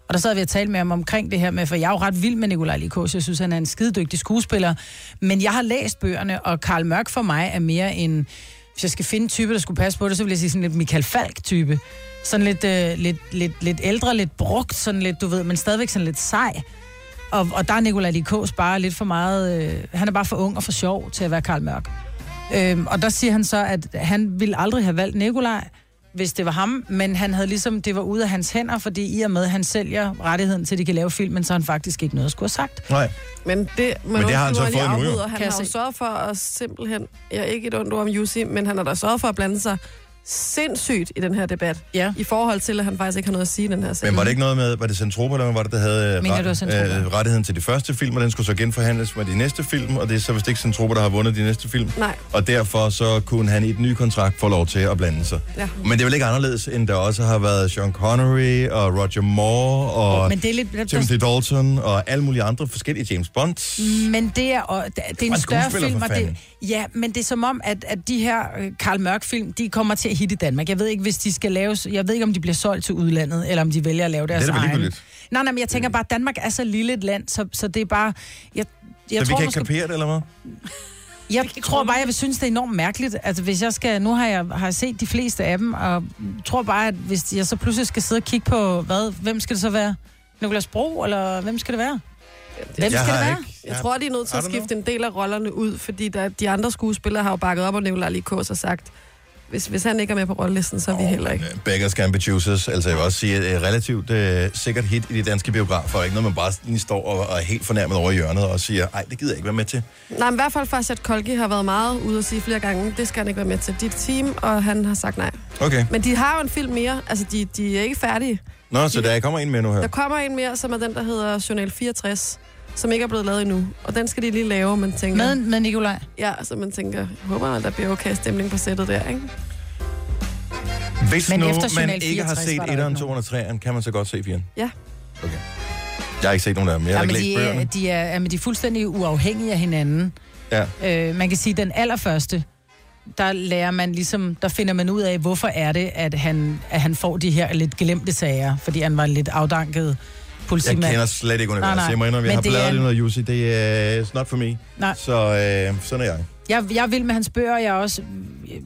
Og der sad vi og talte med ham omkring det her med, for jeg er jo ret vild med Nikolaj Likos, jeg synes, han er en skidedygtig skuespiller. Men jeg har læst bøgerne, og Karl Mørk for mig er mere en... Hvis jeg skal finde en type, der skulle passe på det, så vil jeg sige sådan lidt Michael Falk-type. Sådan lidt, øh, lidt, lidt, lidt ældre, lidt brugt, sådan lidt, du ved, men stadigvæk sådan lidt sej. Og, og der er Nikolaj Likos bare lidt for meget... Øh, han er bare for ung og for sjov til at være Karl Mørk. Øhm, og der siger han så, at han ville aldrig have valgt Nikolaj, hvis det var ham, men han havde ligesom, det var ude af hans hænder, fordi i og med, at han sælger rettigheden til, at de kan lave filmen, så har han faktisk ikke noget at skulle have sagt. Nej. Men det, man det har han så fået nu, jo. Han Kan jeg har jo se. sørget for at simpelthen, jeg er ikke et ondt ord om Jussi, men han har da sørget for at blande sig sindssygt i den her debat. Ja. I forhold til, at han faktisk ikke har noget at sige i den her sag. Men var det ikke noget med, var det Centropa, eller hvem var det, der havde øh, Mener du, Zentropa? øh, rettigheden til de første film, og den skulle så genforhandles med de næste film, og det er så vist ikke Centropa, der har vundet de næste film. Nej. Og derfor så kunne han i den nye kontrakt få lov til at blande sig. Ja. Men det er vel ikke anderledes, end der også har været Sean Connery og Roger Moore og Men det er lidt... Der, Timothy der, Dalton og alle mulige andre forskellige James Bond. men det er, og, det er Og en større skuespiller, film, for og det, fanden. ja, men det er som om, at, at de her øh, Karl Mørk-film, de kommer til at hit i Danmark. Jeg ved ikke, hvis de skal laves, jeg ved ikke, om de bliver solgt til udlandet, eller om de vælger at lave deres da vel egen. ligegyldigt. Øh. Nej, nej, men jeg tænker bare, at Danmark er så lille et land, så, så det er bare... Jeg, jeg så vi tror, kan ikke måske- kapere det, eller hvad? jeg tror bare, jeg vil synes, det er enormt mærkeligt. Altså, hvis jeg skal, nu har jeg har jeg set de fleste af dem, og tror bare, at hvis jeg så pludselig skal sidde og kigge på, hvad, hvem skal det så være? Nikolas Bro, eller hvem skal det være? Hvem jeg skal det har være? ikke- Jeg tror, de er nødt til I at don't skifte en del af rollerne ud, fordi der, de andre skuespillere har jo bakket op, og Nicolai Likos har sagt, hvis, hvis han ikke er med på rollelisten, så er vi heller ikke. Beggars Can Be Choosers, altså jeg vil også sige, et øh, relativt øh, sikkert hit i de danske biografer, ikke noget, man bare lige står og, og er helt fornærmet over i hjørnet og siger, nej, det gider jeg ikke være med til. Nej, men i hvert fald Farshad Kolki har været meget ude at sige flere gange, det skal han ikke være med til dit team, og han har sagt nej. Okay, Men de har jo en film mere, altså de, de er ikke færdige. nå, så der kommer en med nu her. Der kommer en mere, som er den, der hedder Journal 64, som ikke er blevet lavet endnu. Og den skal de lige lave, man tænker. Med, med Nikolaj. Ja, så man tænker, jeg håber, at der bliver okay stemning på sættet der, ikke? Hvis Men nu efter man Journal ikke har 64 set var der 1'eren, ikke 2'eren og 3'eren, kan man så godt se 4'eren? Ja. Okay. Jeg har ikke set nogen af dem, jeg har Jamen, ikke læst de, er, bøgerne. de, er, jamen, de er fuldstændig uafhængige af hinanden. Ja. Øh, man kan sige, at den allerførste, der lærer man ligesom, der finder man ud af, hvorfor er det, at han, at han får de her lidt glemte sager, fordi han var en lidt afdanket Jeg politimand. kender slet ikke Nej, universet. nej. Jeg må indrømme, jeg Men har det er bladret en- lidt noget, Jussi. Det er uh, not for me. Nej. Så øh, sådan er jeg. Jeg, jeg vil med hans bøger, og jeg er også... øh,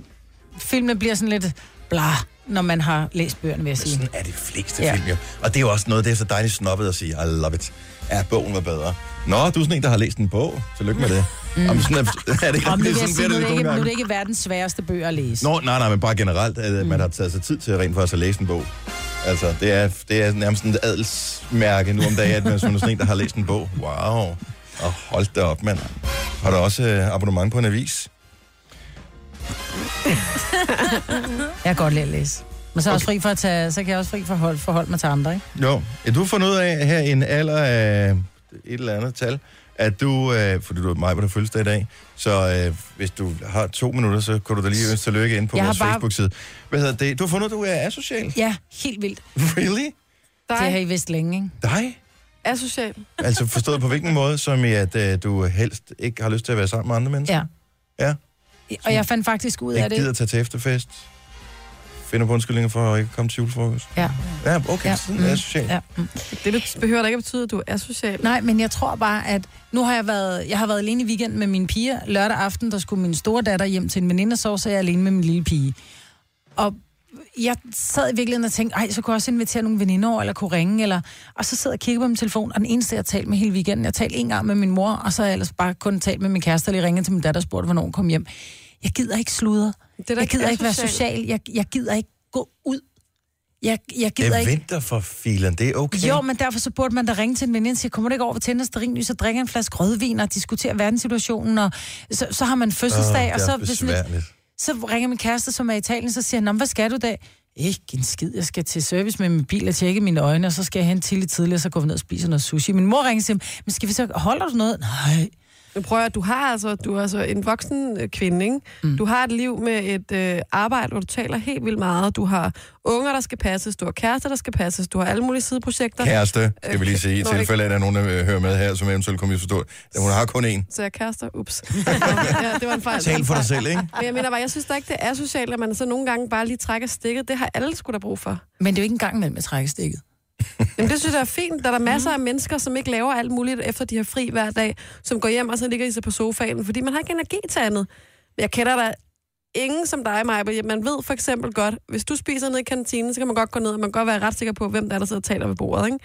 Filmen bliver sådan lidt bla, når man har læst bøgerne, vil jeg sige. Sådan er de fleste ja. Ja. film jo. Og det er jo også noget, det er så dejligt snobbet at sige, I love it. Ja, bogen var bedre. Nå, du er sådan en, der har læst en bog. Tillykke med det. Mm. Jamen, sådan er, er det, Om nu, det, vil sådan jeg sige, bliver det nu, er lidt det nogle ikke, nu er det gange. ikke verdens sværeste bøger at læse. Nå, nej, nej, men bare generelt, at mm. man har taget sig tid til rent faktisk at læse en bog. Altså, det er, det er nærmest sådan et adelsmærke nu om dagen, at man er sådan en, der har læst en bog. Wow. Og hold da op, mand. Har du også øh, abonnement på en avis? Jeg kan godt lide at læse. Men så, er jeg også fri for at tage, så kan jeg også fri for hold, forholde mig til andre, ikke? Jo, ja, du har fundet ud af her i en alder af et eller andet tal, at du, øh, fordi du er mig på det fødselsdag i dag, så øh, hvis du har to minutter, så kan du da lige ønske tillykke ind på Jeg jeg har vores bare... bare- Facebook-side. Hvad hedder det? Du har fundet, ud af, at du er asocial. Ja, helt vildt. Really? Det har Dig, I vidst længe, ikke? Dig? asocial. Altså forstået på hvilken måde, som i at øh, du helst ikke har lyst til at være sammen med andre mennesker? Ja. Ja. Og jeg fandt faktisk ud af Ikke gider det. tage til efterfest? Finder på undskyldninger for at ikke komme til julefrokost? Ja. Ja, okay, ja. Ja. sådan er asocial. Ja. Ja. mm. Det bet- behøver da ikke at betyde, at du er asocial. Nej, men jeg tror bare, at nu har jeg været, jeg har været alene i weekenden med mine piger. Lørdag aften, der skulle min store datter hjem til en veninde, og sov, så er jeg alene med min lille pige. Og jeg sad i virkeligheden og tænkte, ej, så kunne jeg også invitere nogle veninder over, eller kunne ringe, eller... Og så sidder jeg og kigger på min telefon, og den eneste, jeg har talt med hele weekenden, jeg talte en gang med min mor, og så har jeg ellers bare kun talt med min kæreste, og lige ringet til min datter og spurgt, hvornår hun kom hjem. Jeg gider ikke sludre. da Jeg ikke gider ikke være asocial. social. Jeg, jeg gider ikke gå ud. Jeg, jeg gider Det er ikke... vinter for filen, det er okay. Jo, men derfor så burde man da ringe til en veninde og sige, kommer du ikke over på tænders ringlys og drikke en flaske rødvin og diskutere verdenssituationen, og så, så har man fødselsdag, Åh, og det er så, hvis lidt, besværligt. så ringer min kæreste, som er i Italien, så siger han, "Nå, men hvad skal du i dag? Ikke en skid, jeg skal til service med min bil og tjekke mine øjne, og så skal jeg hen til lidt tidligere, så går vi ned og spiser noget sushi. Min mor ringer til ham, men skal vi så, holder du noget? Nej. Men prøv at du har altså, du er altså en voksen øh, kvinde, ikke? Mm. Du har et liv med et øh, arbejde, hvor du taler helt vildt meget. Du har unger, der skal passes. Du har kærester, der skal passes. Du har alle mulige sideprojekter. kæreste, skal vi lige sige, i Nå, tilfælde af, at der er nogen, der øh, hører med her, som eventuelt kommer til at forstå. det. Hun har kun én. Så jeg kærester, [LAUGHS] ups. ja, det var en fejl. Tal for dig selv, ikke? Men jeg mener bare, jeg synes da ikke, det er socialt, at man så nogle gange bare lige trækker stikket. Det har alle skulle da brug for. Men det er jo ikke engang imellem at trække stikket. Jamen, det synes jeg er fint. Mhm. Der er der masser af mennesker, som ikke laver alt muligt, efter de har fri hver dag, som går hjem og så ligger de sig på sofaen, fordi man har ikke energi til andet. Jeg kender da ingen som dig, Maja, men man ved for eksempel godt, hvis du spiser ned i kantinen, så kan man godt gå ned, og man kan godt være ret sikker på, hvem der er, der sidder og taler ved bordet, ikke?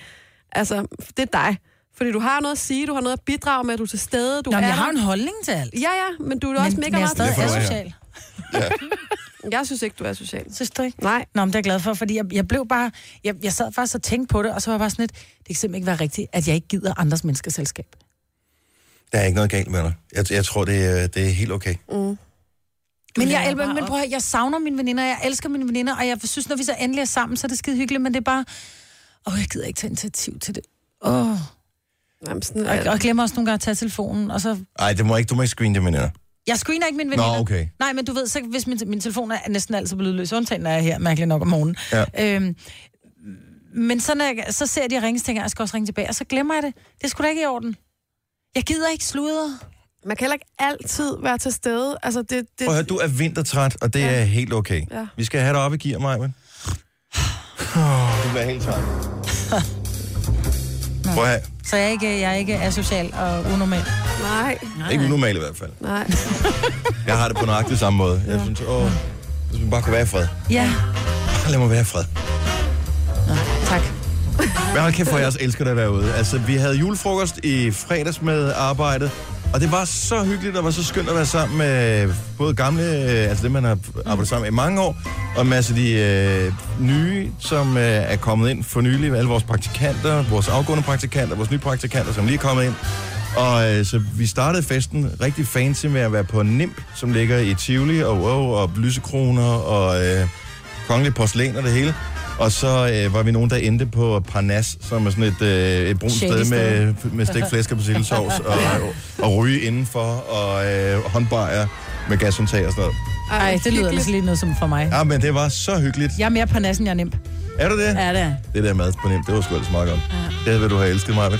Altså, det er dig. Fordi du har noget at sige, du har noget at bidrage med, du er til stede, du Nå, er... men jeg har der. en holdning til alt. Ja, ja, men du er da også men, mega men jeg er meget... Det stadig Altså, er for, du er her. asocial. Jeg synes ikke, du er social. Synes du ikke? Nej. Nå, men det er jeg glad for, fordi jeg, jeg blev bare... Jeg, jeg sad faktisk og tænkte på det, og så var jeg bare sådan lidt... Det kan simpelthen ikke være rigtigt, at jeg ikke gider andres menneskers selskab. Der er ikke noget galt med dig. Jeg, jeg tror, det er, det er helt okay. Men lærer jeg, elber, bare men op. prøv at, høre, jeg savner mine veninder, jeg elsker mine veninder, og jeg synes, når vi så endelig er sammen, så er det skide hyggeligt, men det er bare... Åh, oh, jeg gider ikke tage initiativ til det. Åh, oh, Jamen, sådan, og, og jeg glemmer også nogle gange at tage telefonen, og så... Ej, det må ikke, du må ikke screene det, men Jeg screener ikke mine Nå, veninder. okay. Nej, men du ved, så hvis min, min telefon er næsten altid på lydløs, undtagen når jeg er her, mærkeligt nok om morgenen. Ja. Øhm, men så, når jeg, så ser jeg de ringe, så tænker jeg, jeg skal også ringe tilbage, og så glemmer jeg det. Det skulle da ikke i orden. Jeg gider ikke sludre. Man kan heller ikke altid være til stede. Altså, det, det, Prøv at høre, du er vintertræt, og det ja. er helt okay. Ja. Ja. Vi skal have dig op i gear, [SIGHS] Maja. Du bliver helt træt. Prøv at have. Så jeg er ikke, jeg er ikke asocial og unormal. Nej, Ikke unormal i hvert fald. nej. Jeg har det på nøjagtig samme måde. Jeg synes, åh, hvis man bare kunne være i fred. Ja. Bare lad mig være i fred. Nå, tak. Men hold kæft, hvor jeg også elsker det at være ude. Altså, vi havde julefrokost i fredags med arbejdet, og det var så hyggeligt, og det var så skønt at være sammen med både gamle, øh, altså dem, man har arbejdet sammen med i mange år, og en masse af de øh, nye, som øh, er kommet ind for nylig, alle vores praktikanter, vores afgående praktikanter, vores nye praktikanter, som lige er kommet ind. Og øh, så vi startede festen rigtig fancy med at være på Nimp, som ligger i Tivoli, og wow, og lysekroner, og... Øh, kongelige porcelæn og det hele. Og så øh, var vi nogen, der endte på Parnas, som er sådan et, øh, et brunt Shady sted med, sted. med stegt flæsk og persillesovs og, og ryge indenfor og øh, håndbajer med gasundtag og sådan noget. Ej, det lyder altså lige noget som for mig. Ja, men det var så hyggeligt. Jeg er mere på nassen, jeg er nem. Er du det? Ja, det er. Det der mad på nemt, det var sgu ellers meget godt. Ja. Det ville du have elsket mig,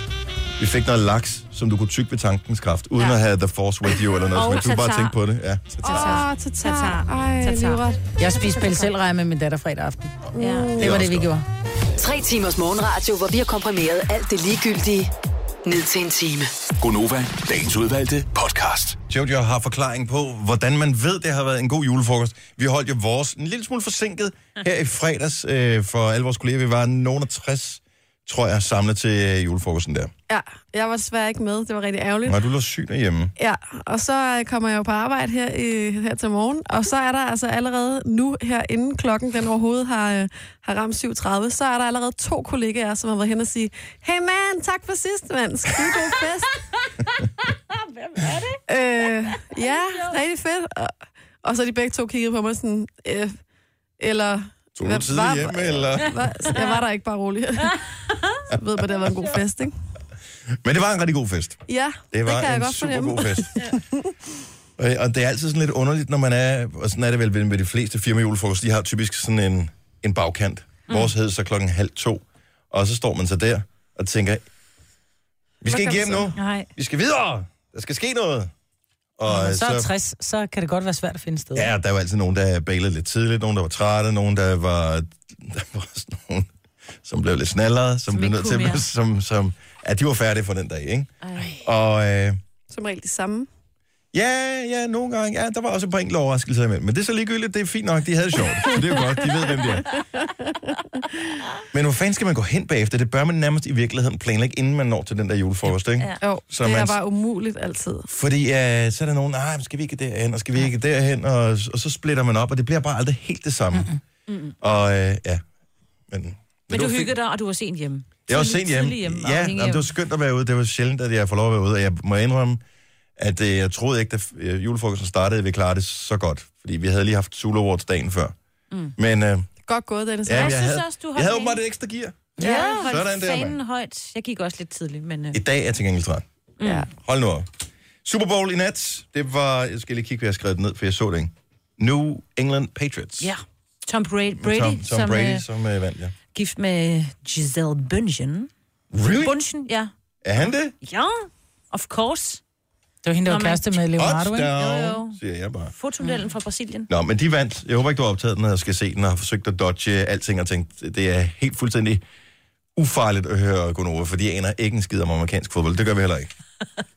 Vi fik noget laks, som du kunne tygge ved tankens kraft, uden ja. at have The Force With You eller noget. Og Oh, du kunne bare tatar. tænke på det. Ja, Åh, oh, tatar. Ej, Tatar. livret. Jeg spiste pelselrejer med min datter fredag aften. Ja. Uh. Det var det, vi gjorde. Tre timers morgenradio, hvor vi har komprimeret alt det ligegyldige ned til en time. Gonova, dagens udvalgte podcast. Jojo har forklaring på, hvordan man ved, det har været en god julefrokost. Vi holdt jo vores en lille smule forsinket her i fredags øh, for alle vores kolleger. Vi var nogen af 60, tror jeg, samlet til øh, julefrokosten der. Ja, jeg var desværre ikke med. Det var rigtig ærgerligt. Var du lå syg derhjemme? Ja, og så øh, kommer jeg jo på arbejde her, i, her til morgen, og så er der altså allerede nu her, inden klokken den overhovedet har, øh, har ramt 7.30, så er der allerede to kollegaer, som har været hen og sige, hey man, tak for sidst, mand. Skide god fest. [LAUGHS] Hvem er det? Øh, [LAUGHS] ja, rigtig fedt. Og, og så er de begge to kigget på mig sådan, øh, eller... Tog du hvad- tid var- hjemme, eller? [LAUGHS] var- Jeg var der ikke bare [LAUGHS] rolig. Jeg ved, at det har været en god fest, ikke? Men det var en rigtig god fest. Ja, Det det, var kan jeg en godt super fornemme. god [LAUGHS] fest. Øh, og det er altid sådan lidt underligt, når man er, og sådan er det vel med de fleste firmajulefrokost, de har typisk sådan en, en bagkant. Mm. Vores hed så klokken halv to, og så står man så der og tænker, vi skal kan ikke vi hjem så?" nu, Nej. vi skal videre, der skal ske noget. Og Så er 60, så kan det godt være svært at finde sted. Ja, der var altid nogen, der bailede lidt tidligt, nogen, der var trætte, nogen, der var, [LAUGHS] der var sådan nogen, som blev lidt snallere, som, som blev ikke nødt til kunne at mere. som, som, ja, de var færdige for den dag, ikke? Og øh, Som regel de samme. ja, ja, nogle gange, ja, der var også et par enkelte overraskelser imellem, men det er så ligegyldigt, det er fint nok, de havde det sjovt, så det er jo godt, de ved, hvem de er. Men hvor fanden skal man gå hen bagefter? Det bør man nærmest i virkeligheden planlægge, inden man når til den der julefrokost, ikke? Ja. Jo, Så så det man- er bare umuligt altid. Fordi øh, så er der nogen, nej, men skal vi ikke derhen, og skal vi ikke derhen, og, og så splitter man op, og det bliver bare aldrig helt det samme. Mm-hmm. Og øh, ja, men... Men det var du fint. hyggede dig, og du var sent hjemme. Jeg var Tidlig- sent hjemme. tidlig hjemme og ja, hænge jamen, det var skønt at være ude. Det var sjældent, at jeg får lov at være ude, og jeg må indrømme, at øh, jeg troede ikke, da øh, julefrokosten startede, at vi klarede det så godt. Fordi vi havde lige haft Zulu Awards dagen før. Mm. Men øh, Godt gået, Dennis. ja, jeg, synes havde, også, du holdt jeg havde længe. åbenbart et ekstra gear. Ja, sådan holdt der, mand. fanen højt. Jeg gik også lidt tidligt, men... Øh, I dag er til gengæld træt. Ja. Hold nu op. Super Bowl i nat, det var... Jeg skal lige kigge, hvad jeg skrev det ned, for jeg så det ikke. New England Patriots. ja. Tom Brady, Brady Tom, Tom som Brady, øh, som øh, vandt, ja. gift med Giselle Bündchen. Really? Bündchen, ja. Er han det? Ja, of course. Det var hende, Nå, der var men- kæreste med Leonardo, ikke? Touchdown, Jo, jo. siger jeg bare. Mm. Fotomodellen fra Brasilien. Nå, men de vandt. Jeg håber ikke, du har optaget den, og skal se den, og har forsøgt at dodge øh, alting, og tænkt, det er helt fuldstændig ufarligt at høre Gunova, for de aner ikke en skid om amerikansk fodbold. Det gør vi heller ikke.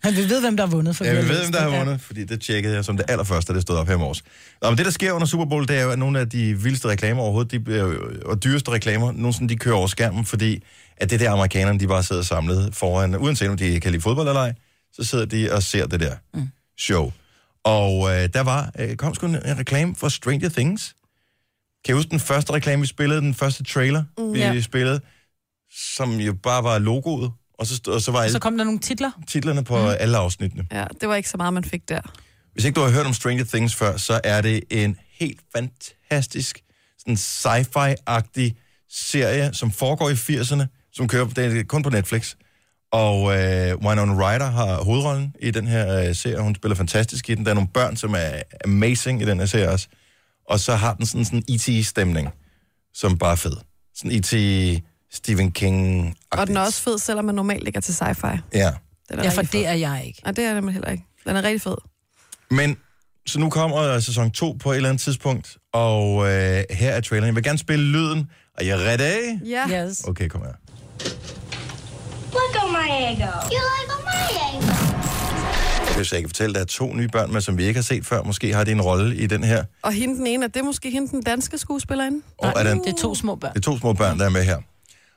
Han vil vide, hvem der har vundet. For Ja, har vi ved, læst hvem der det. har vundet, fordi det tjekkede jeg som det allerførste, det stod op her i morges. Nå, men det, der sker under Super Bowl, det er jo, at nogle af de vildeste reklamer overhovedet, de, bliver jo- og dyreste reklamer, nogensinde de kører over skærmen, fordi at det der amerikanerne, de bare sidder samlet foran, uanset om de kan lide fodbold eller ej, så sidder de og ser det der mm. show. Og øh, der var, øh, kom sgu en, en reklame for Stranger Things. Kan I huske den første reklame, vi spillede, den første trailer, mm, vi Ja. spillede, som jo bare var logoet, og så, stod- og så var Så alle kom der nogle titler. titlerne på mm. alle afsnittene. ja, det var ikke så meget, man fik der. Hvis ikke du har hørt om Stranger Things før, så er det en helt fantastisk sådan sci-fi-agtig serie, som foregår i 80'erne, som kører det er kun på Netflix. Og øh, Winona Ryder har hovedrollen i den her øh, serie. Hun spiller fantastisk i den. Der er nogle børn, som er amazing i den her serie også. Og så har den sådan sådan IT-stemning, som bare er fed. Sådan IT Stephen king Og den er også fed, selvom man normalt ligger til sci-fi. Ja. Den er Ja, rigtig for fed. det er jeg ikke. Og det er den heller ikke. Den er rigtig fed. Men, så nu kommer øh, sæson 2 på et eller andet tidspunkt, og øh, her er traileren. Jeg vil gerne spille lyden, og jeg er ready. Ja. ja. Yes. Okay, kom her. Look on my ego. You like on my ego. Hvis jeg kan fortælle, der er to nye børn med, som vi ikke har set før. Måske har det en rolle i den her. Og hende den ene, er det måske hende den danske skuespillerinde? Og er den, Det er to små børn. Det er to små børn, der er med her.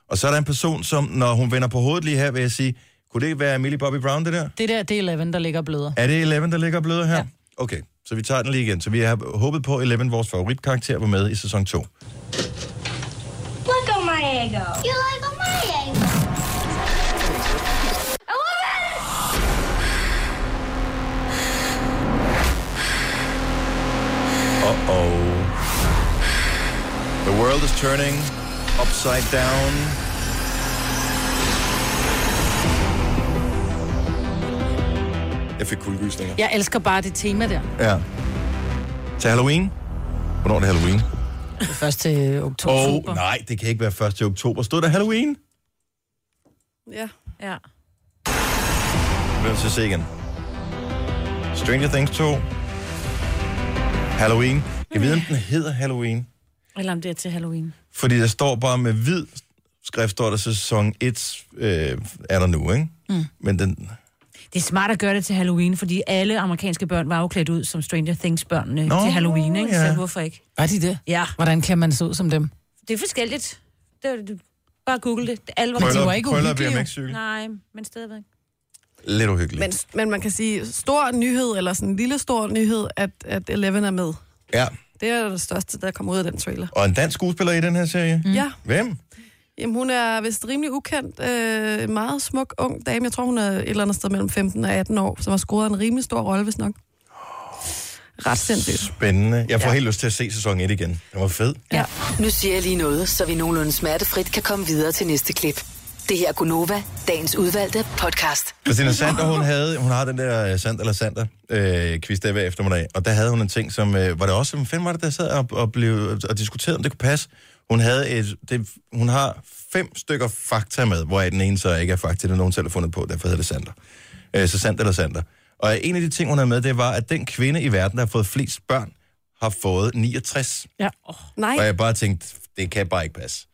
Og så er der en person, som når hun vender på hovedet lige her, vil jeg sige, kunne det ikke være Millie Bobby Brown, det der? Det der, det er Eleven, der ligger og bløder. Er det Eleven, der ligger og bløder her? Ja. Okay, så vi tager den lige igen. Så vi har håbet på, at Eleven, vores favoritkarakter, var med i sæson 2. Look on my ego. You like on my ego. I love it! Uh-oh. The world is turning upside down. Jeg fik kuldegysninger. Jeg elsker bare det tema der. Ja. Til Halloween. Hvornår er det Halloween? Det er først til oktober. Åh, oh, nej, det kan ikke være 1. oktober. Stod der Halloween? Vi Ja. Ja. bliver er nødt til at se igen. Stranger Things 2. Halloween. Jeg ved, om den hedder Halloween. Eller om det er til Halloween. Fordi der står bare med hvid skrift, står der sæson 1 øh, er der nu, ikke? Mm. Men den, Det er smart at gøre det til Halloween, fordi alle amerikanske børn var jo klædt ud som Stranger Things-børnene Nå, Nå, til Halloween, ikke? ja. Så hvorfor ikke? Er de det? Ja, Hvordan kan man se ud som dem? det er forskelligt. Det, er- det, bare google det. det er alle var Krøller- de var ikke krøller uhyggelige, jo. BMX-cykel. Nej, men stadigvæk. Lidt uhyggeligt. Men, men man kan sige, stor nyhed, eller sådan en lille stor nyhed, at, at Eleven er med. Ja, Det er det største, der kommer ud af den trailer. Mm. og en dansk skuespiller i den her serie. Mm. Ja, Hvem? jamen, hun er vist rimelig ukendt. Øh, en meget smuk, ung dame. Jeg tror, hun er et eller andet sted mellem 15 og 18 år, som har scoret en rimelig stor rolle, hvis nok. Ret sindssygt. Spændende. Jeg får ja. helt lyst til at se sæson 1 igen. Den var fed. Ja. Nu siger jeg lige noget, så vi nogenlunde smertefrit kan komme videre til næste klip. Det her er Gunova, dagens udvalgte podcast. Christina Sander, hun, havde, hun har den der øh, Sand eller Sander øh, quiz der hver eftermiddag, og der havde hun en ting, som øh, var det også, hvem fanden var det, der sad og, og, blev, og diskuterede, om det kunne passe. Hun, havde et, det, hun har fem stykker fakta med, hvor den ene så ikke er fakta, det er nogen selv har fundet på, derfor hedder det Sander. Øh, så Sand eller Sander. Og en af de ting, hun havde med, det var, at den kvinde i verden, der har fået flest børn, har fået 69. Ja. Oh. Nej, Og jeg bare tænkte, det kan bare ikke [LAUGHS] passe.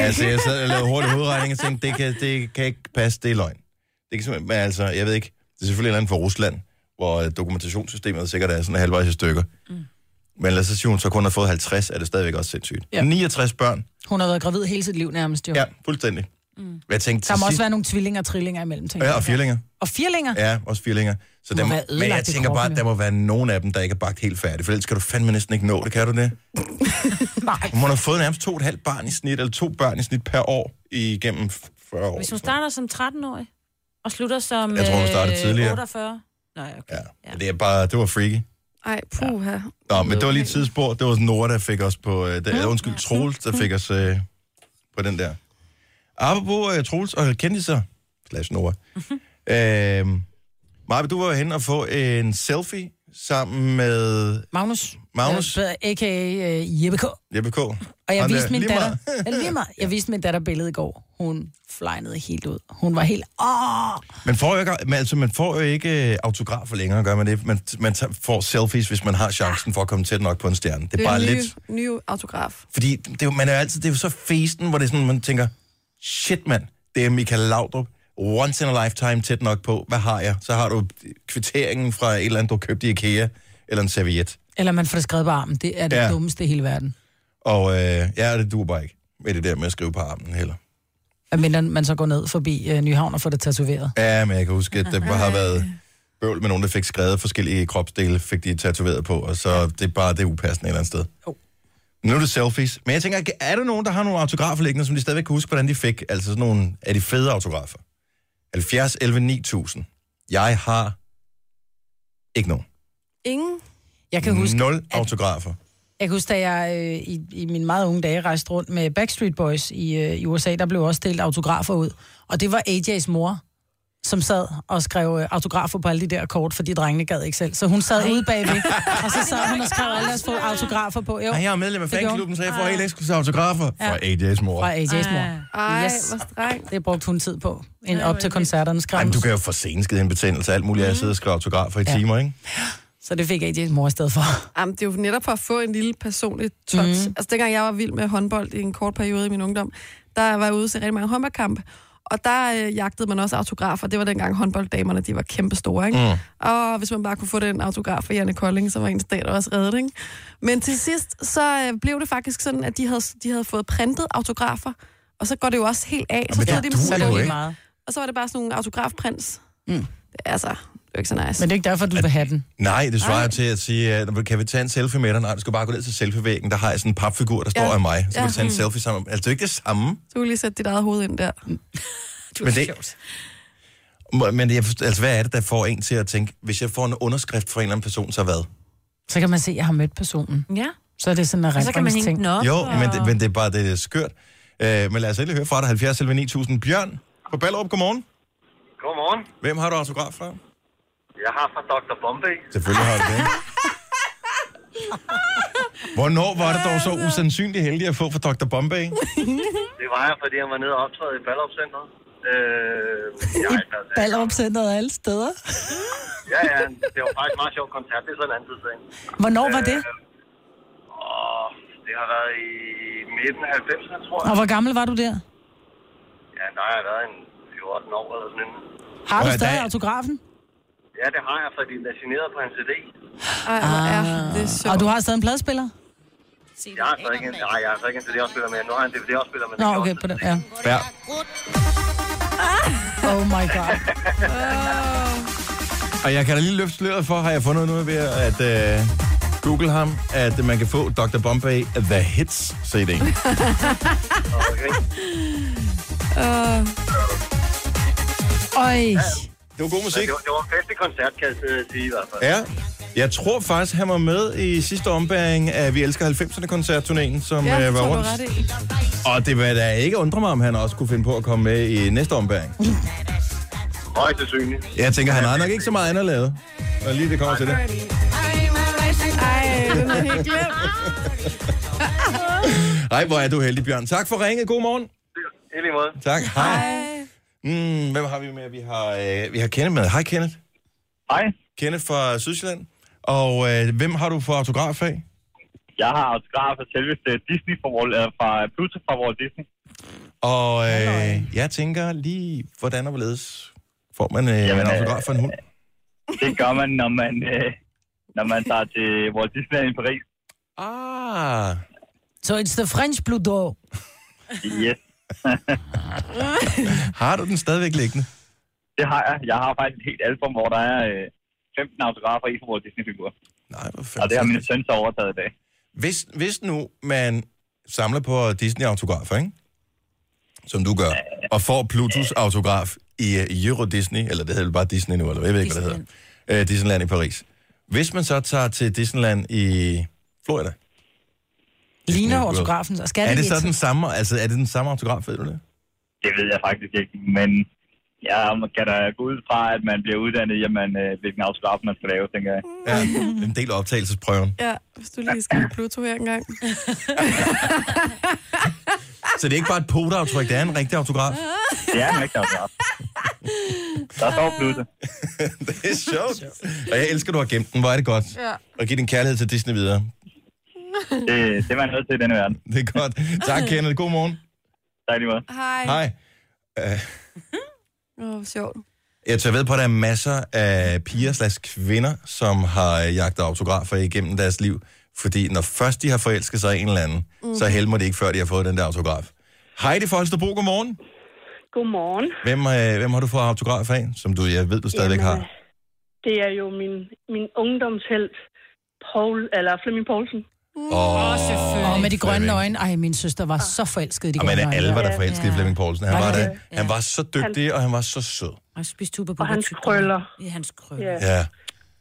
altså, jeg sad og lavede hurtig hovedregning og tænkte, det kan, det kan ikke passe, det er løgn. Det kan simpelthen, men altså, jeg ved ikke, det er selvfølgelig en eller anden fra Rusland, hvor øh, dokumentationssystemet sikkert er sådan halvvejs i stykker. Mm. Men lad os så sige, hun så kun har fået 50, er det stadigvæk også sindssygt. Ja. Ja. 69 børn, Hun har været gravid hele sit liv nærmest, jo. ja, fuldstændig. Mm. Jeg tænkte, til Der må sidst- også være nogle tvillinger og trillinger imellem, tænker Ja, jeg. og firlinger. Og firlinger? Ja, også firlinger. Så Må dem, være men jeg ødelagt i tænker bare, kroppen, at jo. der må være nogen af dem, der ikke er bagt helt færdig, for ellers kan du fandme næsten ikke nå det, kan du det? [LAUGHS] Nej. Hun har fået nærmest to og et halvt barn i snit, eller to børn i snit per år igennem 40 år. Hvis hun starter som 13-årig, og slutter som Jeg tror, hun startede øh, tidligere. 48. Nej, okay. Ja, ja. det er bare, det var freaky. ej, puha. Nå, men det var lige et tidsspor. Det var sådan Nora, der fik os på... Øh, der, eller undskyld, Troels, der fik os øh, på den der. Apropos øh, Troels og kendiser, slash Nora. Mhm. øh, Marbe, du var jo henne og få en selfie sammen med Magnus. Magnus. Øh, A.k.a. øh, Jeppe K. Jeppe K. Og jeg Ham der, viste min lige datter, meget. ja, lige meget. Jeg viste min datter billedet i går. Hun flejnede helt ud. Hun var helt, åh! Man får jo ikke, men altså, man får jo ikke øh, autografer længere, gør man det? Man, man tager, får selfies, hvis man har chancen for at komme tæt nok på en stjerne. Det er, Det er bare en ny, lidt... ny autograf. Fordi det, er jo- man er jo altid, det er jo så festen, hvor det er sådan, man tænker, shit mand, det er Michael Laudrup, once in a lifetime tæt nok på, hvad har jeg? Så har du kvitteringen fra et eller andet, du har købt i IKEA, eller en serviet. Eller man får det skrevet på armen. Det er det Ja. ja. dummeste i hele verden. Og øh, ja, det dur bare ikke med det der med at skrive på armen heller. At mindre man så går ned forbi øh, Nyhavn og får det tatoveret. Ja, men jeg kan huske, at der [LAUGHS] bare har været bøvl med nogen, der fik skrevet forskellige kropsdele, fik de tatoveret på, og så det er bare det er upassende et eller andet sted. Jo. Nu er det selfies. Men jeg tænker, er der nogen, der har nogle autografer liggende, som de stadigvæk kan huske, hvordan de fik? Altså sådan nogle af de fede autografer. 70, 11, 9000. Jeg har ikke nogen. Ingen. Jeg kan huske, Nul autografer. Jeg kan huske, da jeg øh, i, i mine meget unge dage rejste rundt med Backstreet Boys i, øh, i USA, der blev også delt autografer ud. Og det var AJ's mor, som sad og skrev øh, autografer på alle de der kort, fordi drengene gad ikke selv. Så hun sad ude bagved, og så sad hun og [LAUGHS] skrev alle deres få- autografer på. Jo, Ej, jeg er medlem af det gjorde hun. fanklubben, så jeg får helt eksklusive autografer fra AJ's mor. Fra AJ's mor. Ej, Yes. yes. hvor strengt. Det brugte hun tid på, ind op til koncerterne skrev Ej, hun. men du kan jo få senskede en betændelse og alt muligt, jeg Mm. sidder og skriver autografer i timer, ikke? Så det fik AJ's mor i stedet for. Jamen, det er jo netop for at få en lille personlig touch. Mm. Mhm. Altså, dengang jeg var vild med håndbold i en kort periode i min ungdom, der var jeg ude til rigtig mange håndboldkampe. Og der øh, jagtede man også autografer. Det var dengang håndbolddamerne, de var kæmpe store, ikke? Mhm. Mm. Og hvis man bare kunne få den autograf fra Janne Kolding, så var ens dag da også reddet, ikke? Men til sidst, så øh, blev det faktisk sådan, at de havde, de havde fået printet autografer. Og så går det jo også helt af. men det sidder de med duer Så er det jo var hovedet i- lige ikke. meget. Og så var det bare sådan nogle autografprints. Mm. Det er altså, det er jo ikke så nice. Men det er ikke derfor, du vil have den. Nej, det svarer til at sige, at kan vi tage en selfie med dig? Nej, du skal bare gå ned til selfievæggen, der har jeg sådan en papfigur, der står Ja. af mig. Så kan Ja. Mm. du tage en selfie sammen. Altså, det er jo ikke det samme. Du kan lige sætte dit eget hoved ind der. Men det, men jeg, forstår- altså, hvad er det, der får en til at tænke, hvis jeg får en underskrift fra en eller anden person, så hvad? Så kan man se, at jeg har mødt personen. Ja. Så er det sådan en Og så kan man hænge ting. den op. Jo, men det, men det er bare det er skørt. Øh, men lad os endelig høre fra dig. 70 11 9000. Bjørn på Ballerup, godmorgen. Godmorgen. Hvem har du autograf fra? Jeg har fra Dr. Bombay. Selvfølgelig har du [LAUGHS] det. Hvornår var det dog så usandsynligt heldig at få fra Dr. Bombay? Det var jeg, fordi jeg var nede og optræde i Ballerup Center. Øh, jeg har ikke [LAUGHS] været der. Ballerup Centeret alle steder. Ja, ja. Det var faktisk en meget sjov koncert. Det er sådan en anden ting. Hvornår var det? Og det har været i midten af 90'erne, tror jeg. Og hvor gammel var du der? Ja, der har jeg været en 14 år eller sådan noget. Har Nå, du ja, stadig der- autografen? Ja, det har jeg, fordi den er signeret på en CD. Ej, hvor er det sjovt. Og du har stadig en pladespiller? Jeg har så ikke en, nej, jeg har så ikke en CD-afspiller med. Nu har jeg en DVD-afspiller med. Nå, okay, på den, ja. Ja. Oh my god. Og jeg kan da lige løfte sløret for, har jeg fundet noget ved at øh, google ham, at man kan få Dr. Bombay The Hits CD. Okay. Øj. Det var god musik. Det var, det var en festlig koncert, kan jeg sidde og sige i hvert fald. Ja. Jeg tror faktisk, han var med i sidste ombæring af Vi Elsker 90'erne koncertturnéen, som Ja, ja, det var tror du rundt. er ret i. Og det vil da ikke undre mig, om han også kunne finde på at komme med i næste ombæring. Højst sandsynligt. Jeg tænker, han har nok ikke så meget andet at lave. Og lige det kommer til det. Ej, den er helt glemt. Ej, hvor er du heldig, Bjørn. Tak for ringet. God morgen. I lige måde. Tak. Hej. Mm, hvem har vi med? Vi har, øh, vi har Kenneth med. Hej, Kenneth. Hej. Kenneth fra Sydsjælland. Og øh, hvem har du for autograf af? Jeg har autograf af selveste Disney fra, Walt, eller fra Pluto fra Walt Disney. Og øh, jeg tænker lige, hvordan og hvorledes får man øh, Jamen, en Jamen, øh, autograf for en hund? Det gør man, når man, øh, når man tager til Walt Disneyland i Paris. Ah, So it's the French Blue Dog. Yes, har du den stadigvæk liggende? det har jeg. Jeg har faktisk et helt album, hvor der er øh, 15 autografer i fra Walt Disney-figurer. Nej, hvor Og det har min fantastisk. søn så overtaget i dag. Hvis, hvis nu man samler på Disney-autografer, ikke? som du gør, og får Plutus autograf i øh, Euro Disney, eller det hedder vel bare Disney nu, eller jeg ved ikke, hvad det hedder. Øh, Disneyland i Paris. Hvis man så tager til Disneyland i Florida, Ligner Blue Dog. autografen, og skal er det det ikke? så den samme, altså er det den samme autograf, ved du det? Det ved jeg faktisk ikke, men jeg kan da gå ud fra, at man bliver uddannet i, at man, øh, hvilken autograf man skal lave, tænker jeg. Ja, en del af optagelsesprøven. Ja, hvis du lige skriver Pluto her engang. Så det er ikke bare et poteaftryk, det er en rigtig autograf. Det er en rigtig [LAUGHS] autograf. Der står Pluto. Det er sjovt. Og jeg elsker, at du har gemt den. Hvor er det godt. Ja. Og giv din kærlighed til Disney videre. Det, det er man nødt til i denne verden. [LAUGHS] Det er godt. Tak, Kenneth. God morgen. Tak i lige måde. Hej. Hej. Åh, hvor sjovt. Jeg tager ved på, at der er masser af piger slags kvinder, som har øh, jagtet autografer igennem deres liv. Fordi når først de har forelsket sig i en eller anden, mm. Mhm. så helmer det ikke, før de har fået den der autograf. Hej, det er Holstebro. Godmorgen. Godmorgen. Hvem, øh, hvem har du fået autograf af, som du, jeg ved, du stadigvæk Jamen, øh, har? Det er jo min, min ungdomshelt, Paul, eller Flemming Poulsen. Åh, oh, Åh, med de grønne øjne. Ej, min søster Ah. var så forelsket i de Og man grønne er øjne. alle, var øh, der Ja. forelskede i Flemming Poulsen. Han Var var, det der, han var så dygtig, og han var så sød. Og spise tuber på Og hans vores- krøller. Ja, hans krøller. Ja.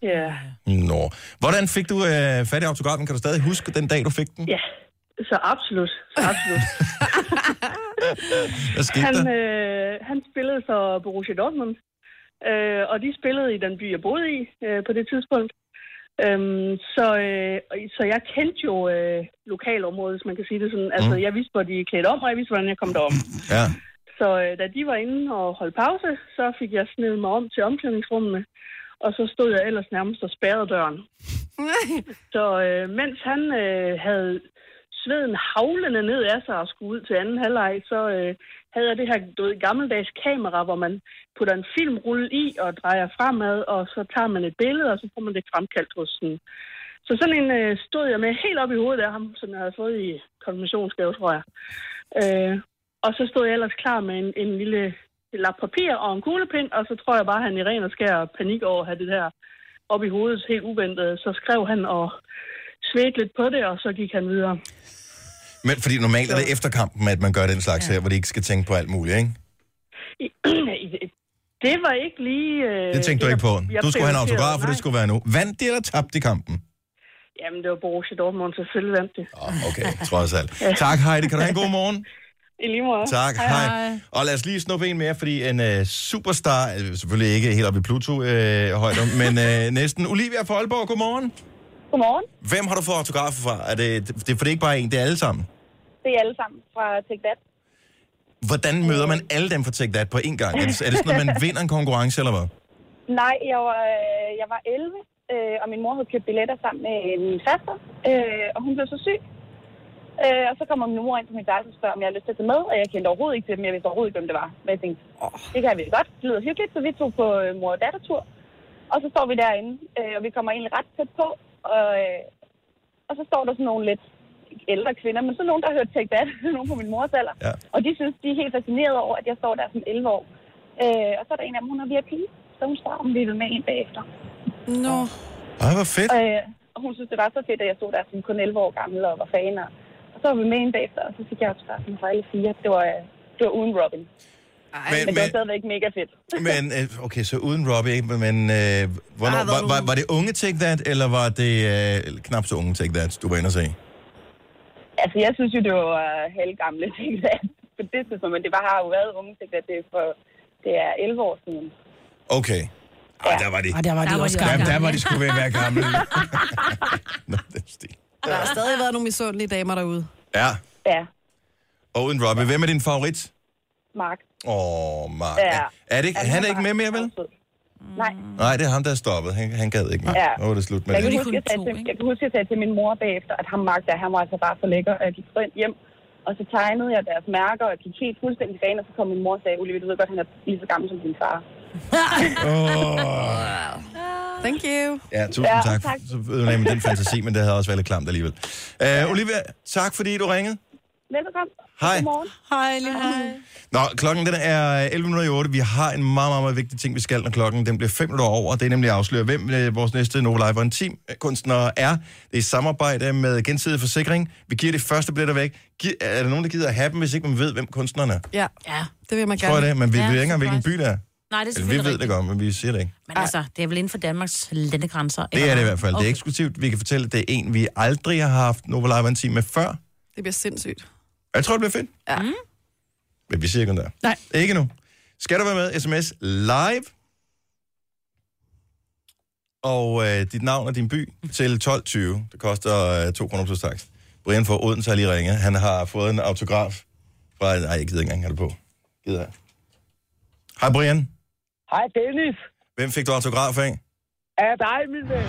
Ja. Ja, Nå. Hvordan fik du øh, fat i autografen? Kan du stadig huske den dag, du fik den? ja. så absolut. Så absolut. Hvad skete han, der? øh, han spillede for Borussia Dortmund, Øh, og de spillede i den by, jeg boede i øh, på det tidspunkt. Øhm, så, øh, og- så jeg kendte jo øh, lokalområdet, hvis man kan sige det sådan. Altså, Mm. jeg vidste, hvor de er klædt om, og jeg vidste, hvordan jeg kom derom. Ja. Så øh, da de var inde og holdt pause, så fik jeg snedet mig om til omklædningsrummene. Og så stod jeg ellers nærmest og spærrede døren. Så øh, mens han øh, havde sveden havlende ned af sig og skulle ud til anden halvleg, så øh, havde jeg det her du ved, gammeldags kamera, hvor man putter en filmrulle i og drejer fremad, og så tager man et billede, og så får man det fremkaldt hos den. Så sådan en øh, stod jeg med helt op i hovedet af ham, som jeg [CLEARS THROAT] havde fået i konfirmationsgave, tror jeg. Øh, og så stod jeg ellers klar med en, en lille lap papir og en kuglepind, og så tror jeg bare, at han i ren og skær panik over at have det der op i hovedet helt uventet. Så skrev han og svedte lidt på det, og så gik han videre. Men fordi normalt er det efter kampen, at man gør den slags her, hvor de ikke skal tænke på alt muligt, ikke? I- Det var ikke lige... Øh, Det tænkte du ikke på. jeg- jeg Du skulle have prioriterede. en autograf, og det Nej. skulle være nu. Vandt de eller tabte i kampen? Jamen, det var Borussia Dortmund, selvfølgelig vandt det. Okay, trods alt. Tak, Heidi. Kan du have en god morgen? I lige måde. Tak, hej. Og lad os lige snuppe en mere, fordi en øh, superstar, øh, selvfølgelig ikke helt oppe i Pluto-højder, men øh, næsten. Olivia fra Aalborg, godmorgen. Godmorgen. Hvem har du fået autografer fra? Er det, det, for det er ikke bare en, det er alle sammen. Det er alle sammen fra Take That. Hvordan møder man alle dem fra Take That på én gang? Er det, er det sådan, at [LAUGHS] man vinder en konkurrence, eller hvad? Nej, jeg var, øh, jeg var 11, øh, og min mor havde købt billetter sammen med min faster, øh, og hun blev så syg. Øh, og så kommer min mor ind på mit værelse og spørger, om jeg har lyst til at tage med, og jeg kendte overhovedet ikke til dem, jeg vidste overhovedet ikke, hvem det var. Men jeg tænkte, oh. det kan vi godt, det lyder hyggeligt, så vi tog på øh, mor- og dattertur. Og så står vi derinde, øh, og vi kommer egentlig ret tæt på, og, øh, og så står der sådan nogle lidt ikke ældre kvinder, men så nogen, der har hørt Take That, [LAUGHS] nogen på min mors alder. Ja. Og de synes, de er helt fascineret over, at jeg står der som 11 år. Øh, og så er der en af dem, hun er VIP, så hun spørger, om vi vil med en bagefter. Nå. Ej, hvor fedt. Øh, og hun synes, det var så fedt, at jeg stod der som kun 11 år gammel og var fan. Og og så var vi med en bagefter, og så fik jeg autografen fra alle fire. Det var, øh, det var uden Robin. Ej. men, Men- men, det var men- stadigvæk mega fedt. Men, øh, okay, så uden Robbie, ikke? men øh, hvornår, Ah, ah, hvor er var, du- var, var det unge Take That, eller var det øh, knap så unge Take That, du var inde og se? Altså, jeg synes jo, det var øh, halvgamle ting, [LAUGHS] der på det tidspunkt, men det var, har jo været unge ting, at det er, for, det er 11 år siden. Okay. Ej, der var de. Ej, der var de Der var også de også der, gamle. der var de sgu ved at være gamle. [LAUGHS] Der har stadig været nogle misundelige damer derude. Ja. Ja, Og uden Robbie, hvem er din favorit? Mark. Altså, Åh, oh, Mark. Ja. Er det ikke, han er ikke med mere, vel? Nej. Nej, det er ham, der er stoppet. Han, han gad ikke mere. Ja. Nu var det slut med jeg, kan det. huske, jeg, sagde til, jeg kan huske, jeg sagde til min mor bagefter, at ham Mark der, han var altså bare for lækker. Og Jeg gik rent hjem, og så tegnede jeg deres mærker, og jeg gik helt fuldstændig ren, og så kom min mor og sagde, Oliver, du ved godt, han er lige så gammel som din far. Åh. Thank you. Ja, tusind Ja, ja, tak. tak. tak. Så ødelagde man den fantasi, men det havde også været lidt klamt alligevel. Uh, Olivia, tak fordi du ringede. Velkommen. Hej. Godmorgen. Hej, Lille. Nå, klokken den er øh, 11.08. Vi har en meget, meget, meget vigtig ting, vi skal, når klokken den bliver 5 minutter over. Det er nemlig at afsløre, hvem øh, vores næste Novo Live on Team øh, kunstner er. Det er i samarbejde med Gensidig Forsikring. Vi giver de første billetter væk. Gi- er der nogen, der gider at have dem, hvis ikke man ved, hvem kunstneren er? Ja, ja. det vil man Tror gerne. jeg det, men vi Ja, ved ikke engang, hvilken by surprise. det er. Nej, det er Eller, vi selvfølgelig ved det rigtigt. godt, men vi siger det ikke. Men altså, det er vel inden for Danmarks landegrænser. Det er det i hvert fald. Okay. Det er eksklusivt. Vi kan fortælle, at det er en, vi aldrig har haft Novo Live on Team med før. Det bliver sindssygt. Jeg tror, det bliver fedt. Ja. Mm. Men vi siger ikke, om der er. Nej. Ikke nu. Skal du være med? SMS live. Og øh, dit navn og din by til 12.20. Det koster øh, 2 kroner plus tax. Brian fra Odense har lige ringet. Han har fået en autograf fra... Nej, jeg gider ikke engang have det på. Gider jeg. Hej, Brian. Hej, Dennis. Hvem fik du autograf af? Er dig, min ven?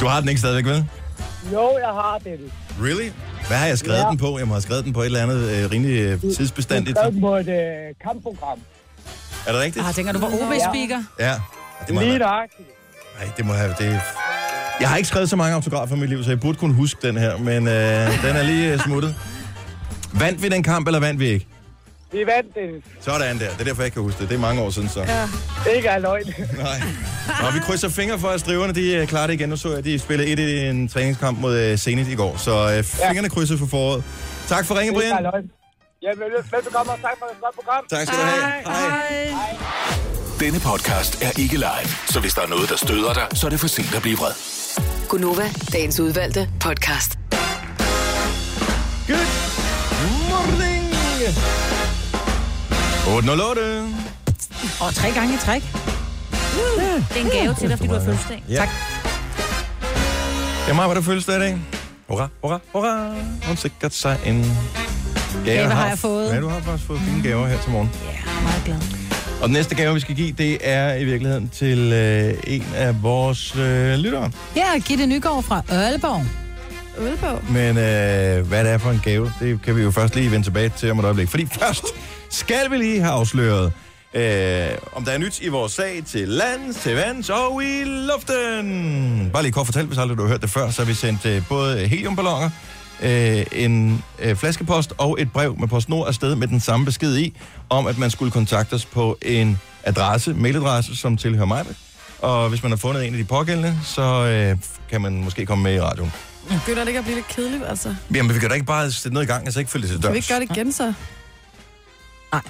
Du har den ikke stadigvæk, vel? jo, jeg har Dennis. Really? Hvad har jeg skrevet Ja. den på? Jeg må have skrevet den på et eller andet øh, rimelig øh, tidsbestandigt. Jeg på et øh, kampprogram. Er det rigtigt? Ah, tænker du på OB-speaker? Ja. Det må Lige have, nok. nej, det må have... Det, jeg har ikke skrevet så mange autografer i mit liv, så jeg burde kunne huske den her, men øh, den er lige øh, smuttet. Vandt vi den kamp, eller vandt vi ikke? Vi vandt, Dennis. Sådan der. Det er derfor, jeg ikke kan huske det. Det er mange år siden så. Ja. Ikke er løgn. Nej. Nå, vi krydser fingre for, at striverne de øh, klarer det igen. Nu så jeg, at de spillede et i en træningskamp mod øh, Zenit i går, så øh, fingrene krydset for foråret. Tak for ringen, Ikke er Brian. løgn. Ja, vel- velbekomme, og tak for et godt program. Tak skal du have. Hej. Denne podcast er ikke live, så hvis der er noget, der støder dig, så er det for sent at blive vred. Gunova, dagens udvalgte podcast. Good morning. 808. Og tre gange i træk. Det er en gave til dig, fordi du har fødselsdag. Ja. Tak. Jeg meget, hvad der fødselsdag i dag. Hurra, hurra, hurra. Hun sikkert sig en gave. Gave har jeg fået. Ja, du har faktisk fået fine gaver her til morgen. Meget glad. Og den næste gave, vi skal give, det er i virkeligheden til øh, en af vores øh, lyttere. Ja, Gitte Nygaard fra Ørleborg. Ølbog. Men øh, hvad det er for en gave, det kan vi jo først lige vende tilbage til om et øjeblik. Fordi først skal vi lige have afsløret, øh, om der er nyt i vores sag til lands, til vands og i luften. Bare lige kort fortalt, hvis aldrig du har hørt det før, så har vi sendt øh, både heliumballoner, øh, en øh, flaskepost og et brev med PostNord afsted med den samme besked i, om at man skulle kontakte os på en adresse, mailadresse, som tilhører mig. Og hvis man har fundet en af de pågældende, så øh, kan man måske komme med i radioen. Begynder det ikke at blive lidt kedeligt, altså? Jamen, vi kan da ikke bare sætte noget i gang, altså ikke følge det til Kan dørs. vi ikke gøre det igen, så?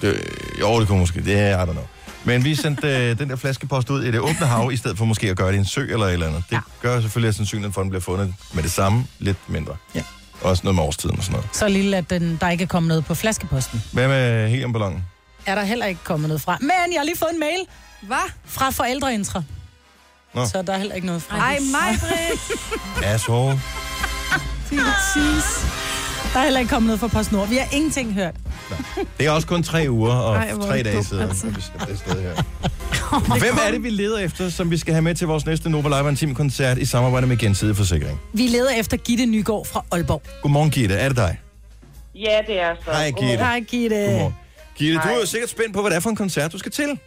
Det, jo, det kunne måske. Det er, I don't know. Men vi sendte øh, den der flaskepost ud i det åbne hav, i stedet for måske at gøre det i en sø eller et eller andet. Det gør selvfølgelig, at sandsynligheden for, at den bliver fundet med det samme, lidt mindre. Ja. Også noget med årstiden og sådan noget. Så lille, at den, der ikke er kommet noget på flaskeposten. Hvad med heliumballonen? Er der heller ikke kommet noget fra. Men jeg har lige fået en mail. Hvad? Fra forældreintra. Nå. Så der er heller ikke noget fra. Ej, mig, Asshole. Præcis. Der er heller ikke kommet noget fra PostNord. Vi har ingenting hørt. Det er også kun tre uger og Ej, hvor er tre det dage dumt, siden, altså. altså. vi sendte det sted her. Hvem er det, vi leder efter, som vi skal have med til vores næste Nova Live Team koncert i samarbejde med Gensidig Forsikring? Vi leder efter Gitte Nygaard fra Aalborg. Godmorgen, Gitte. Er det dig? Ja, det er så. Hej, Gitte. Hej, Gitte. Godmorgen. Gitte, du Hej. er jo sikkert spændt på, hvad det er for en koncert, du skal til. Det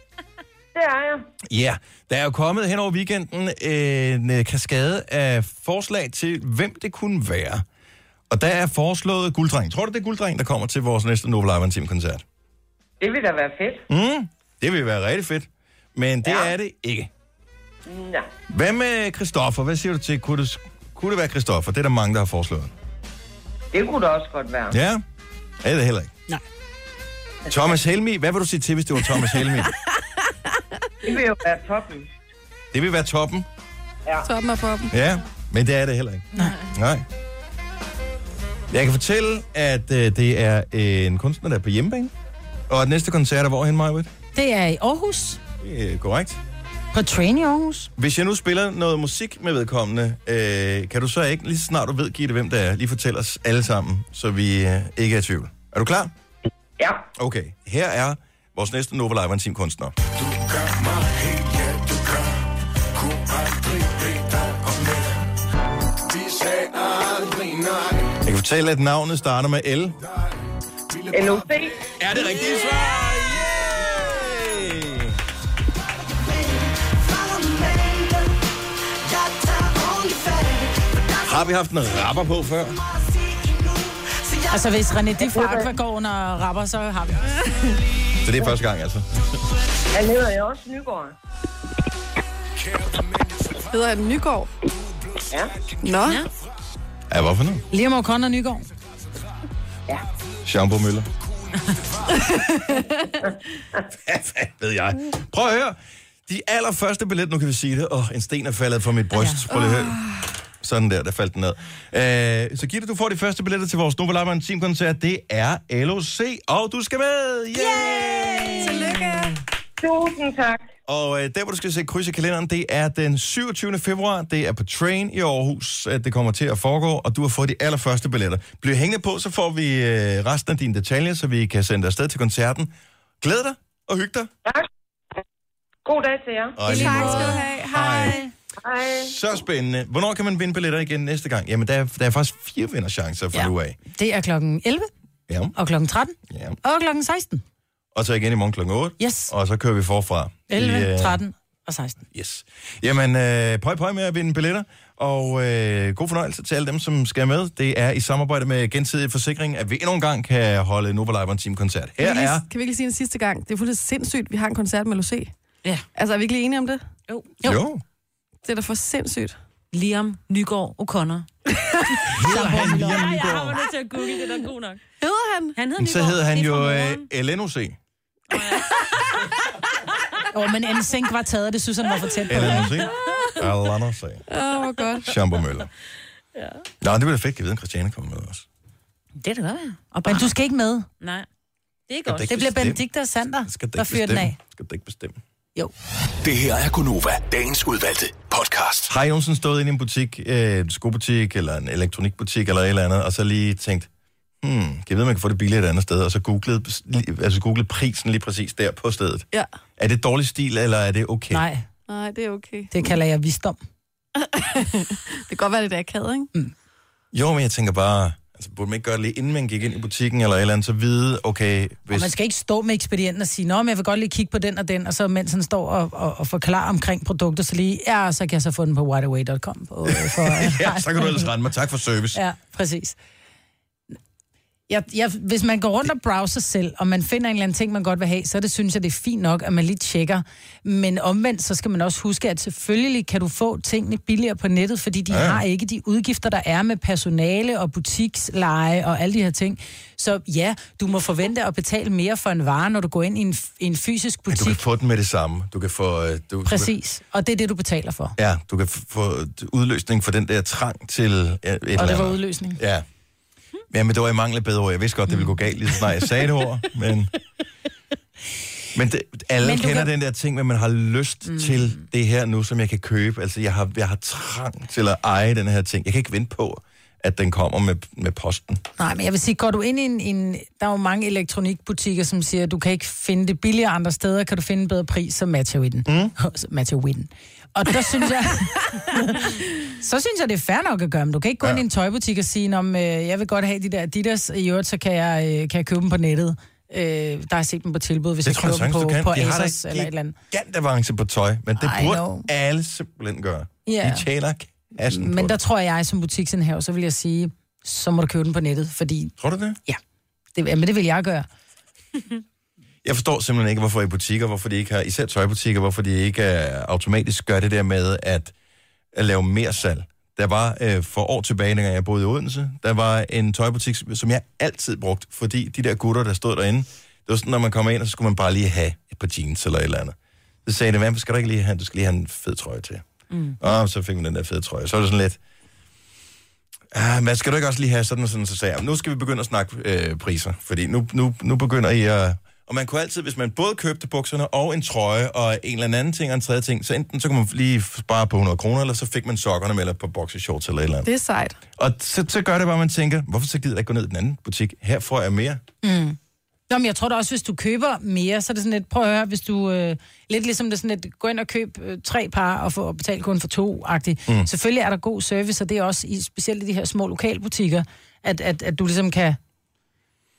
er jeg. Ja, der er jo kommet hen over weekenden en øh, kaskade af forslag til, hvem det kunne være. Og der er foreslået gulddreng. Tror du, det er gulddreng, der kommer til vores næste Novo Live Team koncert? Det vil da være fedt. Mm, det vil være rigtig fedt. Men det ja. er det ikke. Ja. Hvad med Christoffer? Hvad siger du til? Kunne det, kunne det være Christoffer? Det er der mange, der har foreslået. Det kunne da også godt være. Ja, er det heller ikke. Nej. Thomas Helmi, hvad vil du sige til, hvis det var Thomas Helmi? Det vil jo være toppen. det vil være toppen. Ja. Toppen og poppen. Ja, men det er det heller ikke. Nej. Nej. Jeg kan fortælle, at øh, det er en kunstner, der er på hjemmebane. Og at næste koncert er hvorhen, Majbet? Det er i Aarhus. Det er korrekt. På Train i Aarhus. Hvis jeg nu spiller noget musik med vedkommende, øh, kan du så ikke, lige så snart du ved, Gitte, hvem det er, lige fortælle os alle sammen, så vi øh, ikke er i tvivl. Er du klar? Ja. Okay, her er vores næste Nova Live Team kunstner. Jeg kan fortælle, at navnet starter med L. LOC. Er det rigtigt svar? Yay! Har vi haft en rapper på før? Altså, hvis René Diff fra Aqua går under rapper, så har vi. Så det er første gang, altså. Han hedder jo også Nygaard. Hedder han Nygaard? Ja. Nå. Ja. Ja, hvorfor nu? Liam O'Connor Nygaard. Shampoo Møller. [LAUGHS] Hvad fanden ved jeg? Prøv at høre. De allerførste billet, nu kan vi sige det. Åh, oh, en sten er faldet fra mit bryst. Prøv lige at høre. Sådan der, der faldt den ned. Øh, så Gitte, du får de første billetter til vores Nova Live Team koncert. Det er LOC, og du skal med! Yay! Tillykke. Tusind tak. Og øh, der, hvor du skal se kryds i kalenderen, det er den 27. februar. Det er på Train i Aarhus, at det kommer til at foregå, og du har fået de allerførste billetter. Bliv hængende på, så får vi øh, resten af dine detaljer, så vi kan sende dig afsted til koncerten. Glæd dig og hyg dig. God dag til jer. Og i lige Tak måde. skal du have. Hej. Hej. Så spændende. Hvornår kan man vinde billetter igen næste gang? Jamen, der er, der er faktisk fire vinderchancer for ja. nu af. Det er klokken 11 Ja. og klokken 13 ja. og klokken 16. Og så igen i morgen kl. 8. Yes. Og så kører vi forfra. 11, I, øh, 13 og 16. Yes. Jamen, øh, pøj pøj med at vinde billetter, og øh, god fornøjelse til alle dem, som skal med. Det er i samarbejde med Gensidig Forsikring, at vi endnu en gang kan holde Nova Live Team koncert. Her Kan vi, er... lige, kan vi ikke lige sige en sidste gang? Det er fuldstændig sindssygt, vi har en koncert med LOC. Ja. Altså, er vi ikke lige enige om det? Jo. Jo. Det er da for sindssygt. Liam Nygaard O'Connor. Hedder han Liam Ja, jeg har Nygaard? været nødt til at google det, der er god nok. Hedder han? Han hedder Så Nygaard. hedder han Det er jo fra øh, LNOC. Åh, oh, men NSYNC var taget, og det synes han var for tæt på. LNOC. LNOC. Åh, oh, hvor godt. Shampoo Møller. Ja. Nå, det bliver fedt. Jeg ved, om Christiane kommer med os. Det er det godt, ja. Men du skal ikke med. Nej. Det er godt. Det bliver Benedikte og Sander, Skal du der ikke fyrer den bestemme? af. Skal du ikke bestemme? Jo. Det her er Gunova, dagens udvalgte podcast. Har I nogensinde stået inde i en butik, øh, en skobutik eller en elektronikbutik eller et eller andet, og så lige tænkt, hmm, kan jeg vide, om jeg kan få det billigere et andet sted, og så googlede, altså googlede prisen lige præcis der på stedet. Ja. Er det dårlig stil, eller er det okay? Nej, Nej, det er okay. det kalder jeg visdom. Det kan godt være lidt akavet, ikke? Mm. Jo, men jeg tænker bare, altså, burde man ikke gøre det lige inden man gik ind i butikken eller et eller andet, så vide, okay, Og hvis... man skal ikke stå med ekspedienten og sige, nå, men jeg vil godt lige kigge på den og den, og så mens han står og, og, og forklarer omkring produkter, så lige, ja, så kan jeg så få den på whiteaway.com. På, øh, for, [LAUGHS] ja, så kan du ellers rende mig. Tak for service. Ja, præcis. Jeg, jeg, hvis man går rundt og browser selv, og man finder en eller anden ting, man godt vil have, så det synes jeg, det er fint nok, at man lige tjekker. Men omvendt, så skal man også huske, at selvfølgelig kan du få tingene billigere på nettet, fordi de Ja, ja. ja. har ikke de udgifter, der er med personale og butiksleje og alle de her ting. Så ja, du må forvente at betale mere for en vare, når du går ind i en, f- en fysisk Men du kan butik. få den med det samme. Du kan få... øh, Du, Præcis. Og det er det, du betaler for. Ja, du kan f- få udløsning for den der trang til øh, et eller Og det andet. var udløsning. [LAUGHS] Ja. Ja, men det var i mangel af bedre ord. Jeg vidste godt, det ville gå galt, lige så snart jeg sagde det ord, men... Men det, alle Men men du kender kan- kan... den der ting, hvor man har lyst mm. til det her nu, som jeg kan købe. Altså, jeg har, jeg har trang til at eje den her ting. Jeg kan ikke vente på, at den kommer med, med posten. Nej, men jeg vil sige, går du ind i en, en... Der er jo mange elektronikbutikker, som siger, at du kan ikke finde det billigere andre steder, kan du finde en bedre pris, så matcher vi den. Mm. [LAUGHS] så matcher vi den. Og der synes [LAUGHS] jeg... så synes jeg, det er fair nok at gøre, men du kan ikke gå ja. ind i en tøjbutik og sige, om øh, jeg vil godt have de der Adidas, i øvrigt, så kan jeg, øh, kan jeg købe dem på nettet. Øh, der har jeg set dem på tilbud, hvis Det jeg tror jeg køber dem sagtens, på, du kan. på De har da Asos ikke- eller et eller andet. Gant avance på tøj, men det Ej, burde no. alle simpelthen gøre. Ja. De tjener kassen på Men der det. tror jeg, som butiksindehaver, så vil jeg sige, så må du købe den på nettet, fordi... Tror du det? Ja, det, men det vil jeg gøre. Jeg forstår simpelthen ikke, hvorfor i butikker, hvorfor de ikke har, især tøjbutikker, hvorfor de ikke øh, automatisk gør det der med at, at lave mere salg. Der var øh, for år tilbage, dengang jeg boede i Odense, der var en tøjbutik, som jeg altid brugte, fordi de der gutter, der stod derinde, det var sådan, når man kommer ind, og så skulle man bare lige have et par jeans eller et eller andet. Så sagde det, hvad skal du ikke lige have? Du skal lige have en fed trøje til. Mm. Og så fik man den der fede trøje. Så var det sådan lidt, ah, hvad skal du ikke også lige have sådan og sådan? Så sagde jeg, nu skal vi begynde at snakke øh, priser, fordi nu, nu, nu begynder I at... Og man kunne altid, hvis man både købte bukserne og en trøje og en eller anden ting og en tredje ting, så enten så kunne man lige spare på 100 kroner, eller så fik man sokkerne med, eller på boxershorts eller et eller andet. Det er sejt. Og så, så gør det bare, at man tænker, hvorfor så gider jeg ikke gå ned i den anden butik? Her får jeg mere. Mm. Nå, men jeg tror da også, hvis du køber mere, så er det sådan lidt, prøv at høre, hvis du, øh, lidt ligesom det er sådan lidt, gå ind og køb øh, tre par og, få, og betal kun for to-agtigt. Mm. Mm. Selvfølgelig er der god service, og det er også i, specielt i de her små lokalbutikker, at, at, at du ligesom kan,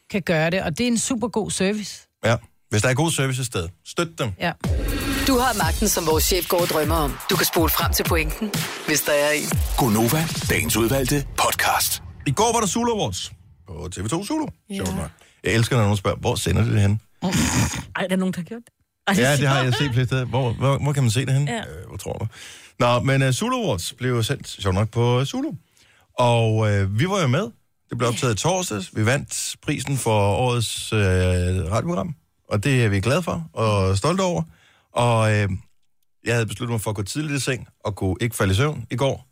kan gøre det, og det er en super god service. Ja. Hvis der er god service et sted, støt dem. Ja. Du har magten, som vores chef går og drømmer om. Du kan spole frem til pointen, hvis der er en. Gunova, dagens udvalgte podcast. I går var der Zulu Awards på TV2 Zulu. Sjovt nok. Jeg elsker, når nogen spørger, hvor sender de det hen? Ej, der er nogen, der har gjort det. Ej, Ja, det har jeg set flere steder. Hvor, hvor, hvor kan man se det henne? Øh, Ja. Hvor tror du? Nå, men uh, Zulu Awards blev jo sendt, sjovt nok, på øh, Zulu. Og uh, vi var jo med. Det blev optaget i torsdags. Vi vandt prisen for årets uh, radioprogram. Og det er vi glade for og stolte over. Og uh, jeg havde besluttet mig for at gå tidligt i seng og kunne ikke falde i søvn i går.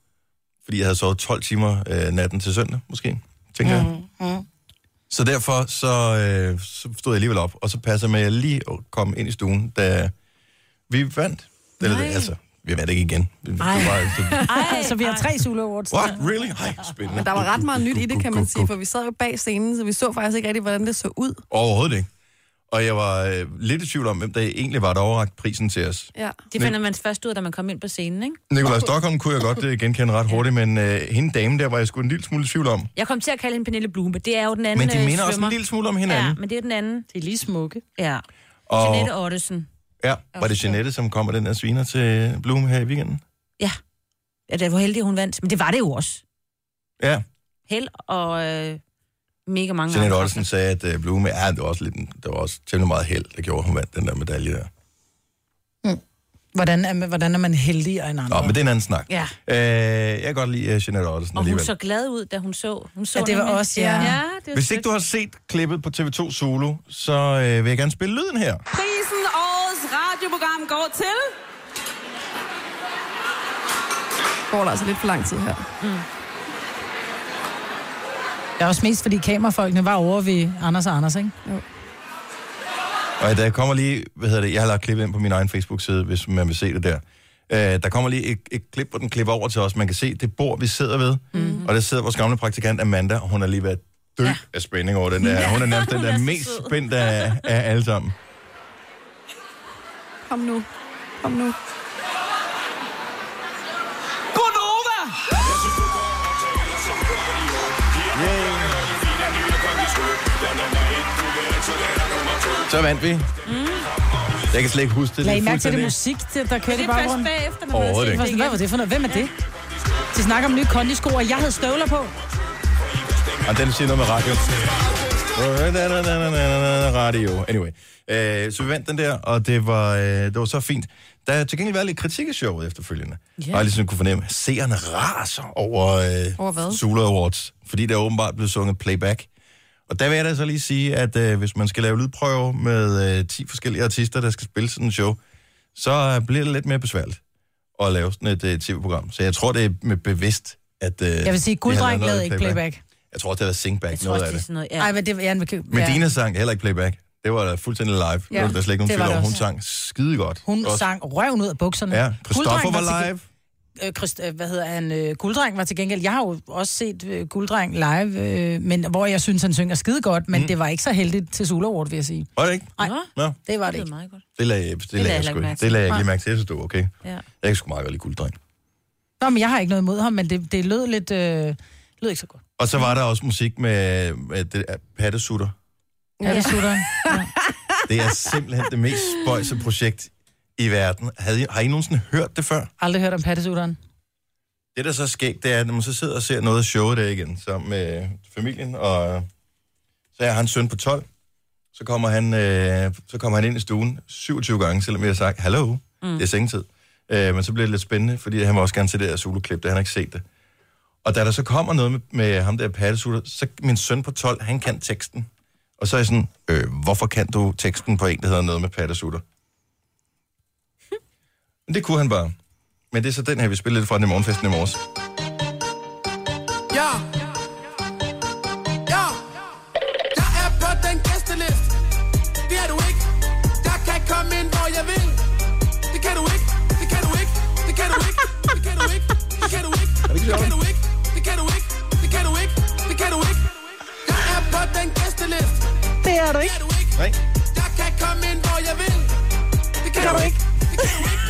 Fordi jeg havde sovet 12 timer uh, natten til søndag, måske, tænker mm. jeg. Så derfor så, øh, så stod jeg alligevel op, og så passer med, at jeg lige kom ind i stuen, da vi vandt. Eller, altså, vi vandt ikke igen. Det var bare- så- Ej, så vi har tre Zulu Awards. What? Really? Ej, spændende. Men der var ret meget nyt i det, kan man sige, for vi sad jo bag scenen, så vi så faktisk ikke rigtig, hvordan det så ud. Overhovedet ikke. Og jeg var øh, lidt i tvivl om, hvem der egentlig var, der overragt prisen til os. Ja. Det finder man først ud, af, da man kommer ind på scenen, ikke? Nikolaj Stockholm kunne jeg godt øh, genkende ret hurtigt, men øh, hende dame der var jeg sgu en lille smule i tvivl om. Jeg kom til at kalde hende Pernille Blume, men det er jo den anden Men de øh, minder også en svømmer. lille smule om hinanden. Ja, men det er den anden. Det er lige smukke. Ja. Og- Og... Jeanette Ottesen. Ja, var det Jeanette, som kom med den her sviner til Bloom her i weekenden? Ja. Ja, det var heldig, hun vandt. Men det var det jo også. Ja, Held og øh, mega mange Jeanette andre. Ottesen sagde, at øh, Blume, ja, det var også, lidt, en- det var også temmelig meget held, der gjorde, at hun vandt den der medalje der. Hvordan er, man- hvordan er man heldigere end andre? Nå, men det er en anden snak. Ja. Øh, jeg kan godt lide øh, Jeanette Ottesen Og hun alligevel. så glad ud, da hun så. Hun så Ja, det var nemlig- også, ja. ja det var Hvis ikke du har set klippet på TV2 Solo, så øh, vil jeg gerne spille lyden her. Prisen Årets radioprogram går til... Går der altså lidt for lang tid her. Mm. Det er også mest, fordi kamerafolkene var over ved Anders og Anders, ikke? Jo. Og der kommer lige, hvad hedder det, jeg har lagt klippet ind på min egen Facebook-side, hvis man vil se det der. Øh, der kommer lige et, et klip, hvor den klipper over til os. Man kan se det bord, vi sidder ved. Mhm. Mm-hmm. Og der sidder vores gamle praktikant Amanda, og hun er lige ved at dø ja. af spænding over den der. Hun er nærmest den Hun er der så mest sød. spændt af, af alle sammen. Kom nu. Kom nu. Godnova! Så vandt vi. Jeg kan slet ikke huske det. Lad I er mærke til det fuldstændig- musik, det, der kørte i Det er først baggrunden? bagefter, man Overhovedet hører ikke. Sådan, Hvad var det for noget? Hvem er det? De snakker om nye kondisko, og jeg havde støvler på. Og den siger noget med radio. Radio. Anyway. Øh, så vi vandt den der, og det var, øh, det var så fint. Der er til gengæld været lidt kritik af showet efterfølgende. Ja. Yeah. Og jeg ligesom kunne fornemme, at seerne raser over, øh, Over hvad? Sula Awards. Fordi der åbenbart blev sunget playback. Og der vil jeg da så lige sige, at øh, hvis man skal lave lydprøver med øh, 10 forskellige artister, der skal spille sådan en show, så øh, bliver det lidt mere besværligt at lave sådan et øh, tv-program. Så jeg tror, det er med bevidst, at... Øh, Jeg vil sige, de har lavet gulddreng noget lavede ikke playback. Jeg tror, det har været singback, tror noget også, af det er det. sådan noget, ja. Ej, men det ja, men, Men ja. Dina sang heller ikke playback. Det var da fuldstændig live. Ja, Ja, det var der slet ikke det nogen var tvivl det om. Hun også. sang skide godt. Hun også. sang røven ud af bukserne. Ja, Christoffer Gulddreng var til- Øh, Christ, øh, hvad hedder han? Øh, Gulddreng var til gengæld. Jeg har jo også set øh, Gulddreng live, øh, men, hvor jeg synes, han synger skide godt, men mm. det var ikke så heldigt til Sula Award, vil jeg sige. Var det ikke? Nej, Nå. det var det ikke. Det lagde, det lagde, lagde jeg jeg, sgu ikke ikke. mærke Det lagde jeg ikke til. lige mærke til. Jeg synes, det var okay. Ja. Jeg kan sgu meget godt lide gulddreng. Nå, men jeg har ikke noget imod ham, men det, det lød lidt... Øh, lød ikke så godt. Og så var der også musik med, med det, der pattesutter. Ja, det slutter. [LAUGHS] Det er simpelthen det mest spøjse projekt i verden. Havde, I- har I nogensinde hørt det før? Aldrig hørt om pattesutteren. Det, der så er sket, det er, at når man så sidder og ser noget af showet der igen, sammen med familien, og så er han søn på 12, så kommer han, øh, så kommer han ind i stuen 27 gange, selvom jeg har sagt, hallo, mm. det er sengetid. Øh, men så bliver det lidt spændende, fordi han vil også gerne se det der soloklip, da han har ikke set det. Og da der så kommer noget med, med ham der pattesutter, så min søn på 12, han kan teksten. Og så er jeg sådan, øh, hvorfor kan du teksten på en, der hedder noget med pattesutter? Men det kunne han bare. Men det er så den her, vi spillede lidt fra den i morgenfesten i morges. Ja. Ja. Jeg er på den gæsteliste. Det er du ikke. Jeg kan komme ind, hvor jeg vil. Det kan du ikke. Det kan du ikke. Det kan du ikke. Det kan du ikke. Det kan du Er ikke. Det kan du ikke. Det kan du ikke. Det kan du ikke. Det kan du ikke. Jeg er på den gæsteliste. Det er du ikke. Nej. Jeg kan komme ind, hvor jeg vil. Det kan du ikke. Det kan du ikke.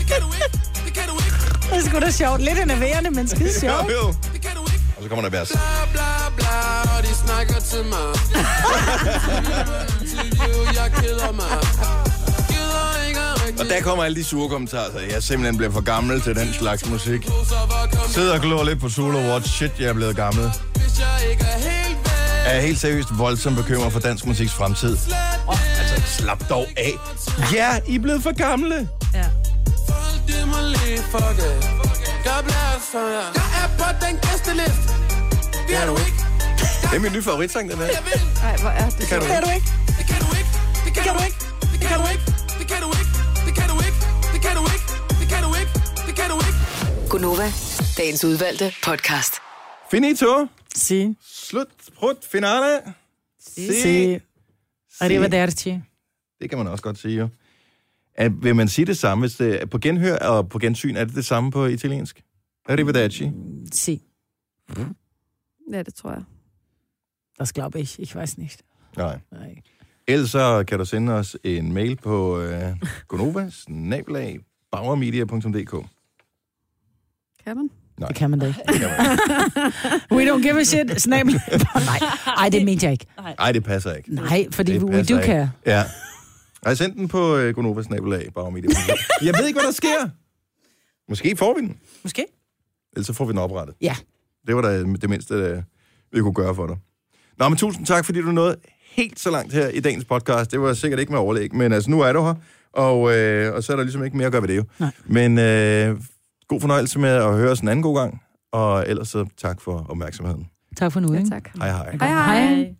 Det kan du ikke. Det er sgu da sjovt. Lidt enerverende, men skide sjovt. Jo, [LAUGHS] jo. Og så kommer der vers. Bla bla bla, og de snakker til mig. Til you, jeg keder mig. Gider ikke rigtig. Og der kommer alle de sure kommentarer, så jeg simpelthen bliver for gammel til den slags musik. Sidder og glor lidt på Solo Watch. Shit, jeg er blevet gammel. Hvis jeg ikke er helt væk, Er helt seriøst voldsomt bekymret for dansk musiks fremtid. Oh, altså, slap dog af. Ja, I er blevet for gamle. folk de må lige fuck it. Jeg bliver så jeg. Jeg er på den gæste list. Det er du ikke. Det er min nye favoritsang, den her. Jeg vil. Nej, hvor er det? Det kan du ikke. ikke. Det kan du ikke. Det kan du ikke. Det kan du ikke. Det kan du ikke. Det kan du ikke. Det kan du ikke. Det kan du ikke. Det kan du ikke. Gunova, dagens udvalgte podcast. Finito. Si. Slut. Prut. Finale. Si. Arrivederci. Det kan man også godt sige, jo. At, vil man sige det samme, hvis det er på genhør og på gensyn, er det det samme på italiensk? Arrivederci. Si. Ja, det tror jeg. Das glaube ich. Ich weiß nicht. Nej. Nej. Ellers så kan du sende os en mail på øh, gonova Kan man? Nej. Det kan man da ikke. [LAUGHS] We don't give a shit. Snabel. Nej. Ej, det mente jeg ikke. Nej, det passer ikke. Nej, fordi Det we passer do ikke. care. Ja. Ej, send den på øh, gonova Jeg ved ikke, hvad der sker. Måske får vi den. Måske. Ellers så får vi den oprettet. Ja. Det var da det mindste, øh, vi kunne gøre for dig. Nå, men tusind tak, fordi du nåede helt så langt her i dagens podcast. Det var sikkert ikke med overlæg, men altså, nu er du her, og, øh, og så er der ligesom ikke mere at gøre ved det jo. Nej. Men øh, god fornøjelse med at høre os en anden god gang, og ellers så tak for opmærksomheden. Tak for nu, ikke? tak. Hej hej. Hej hej. hej.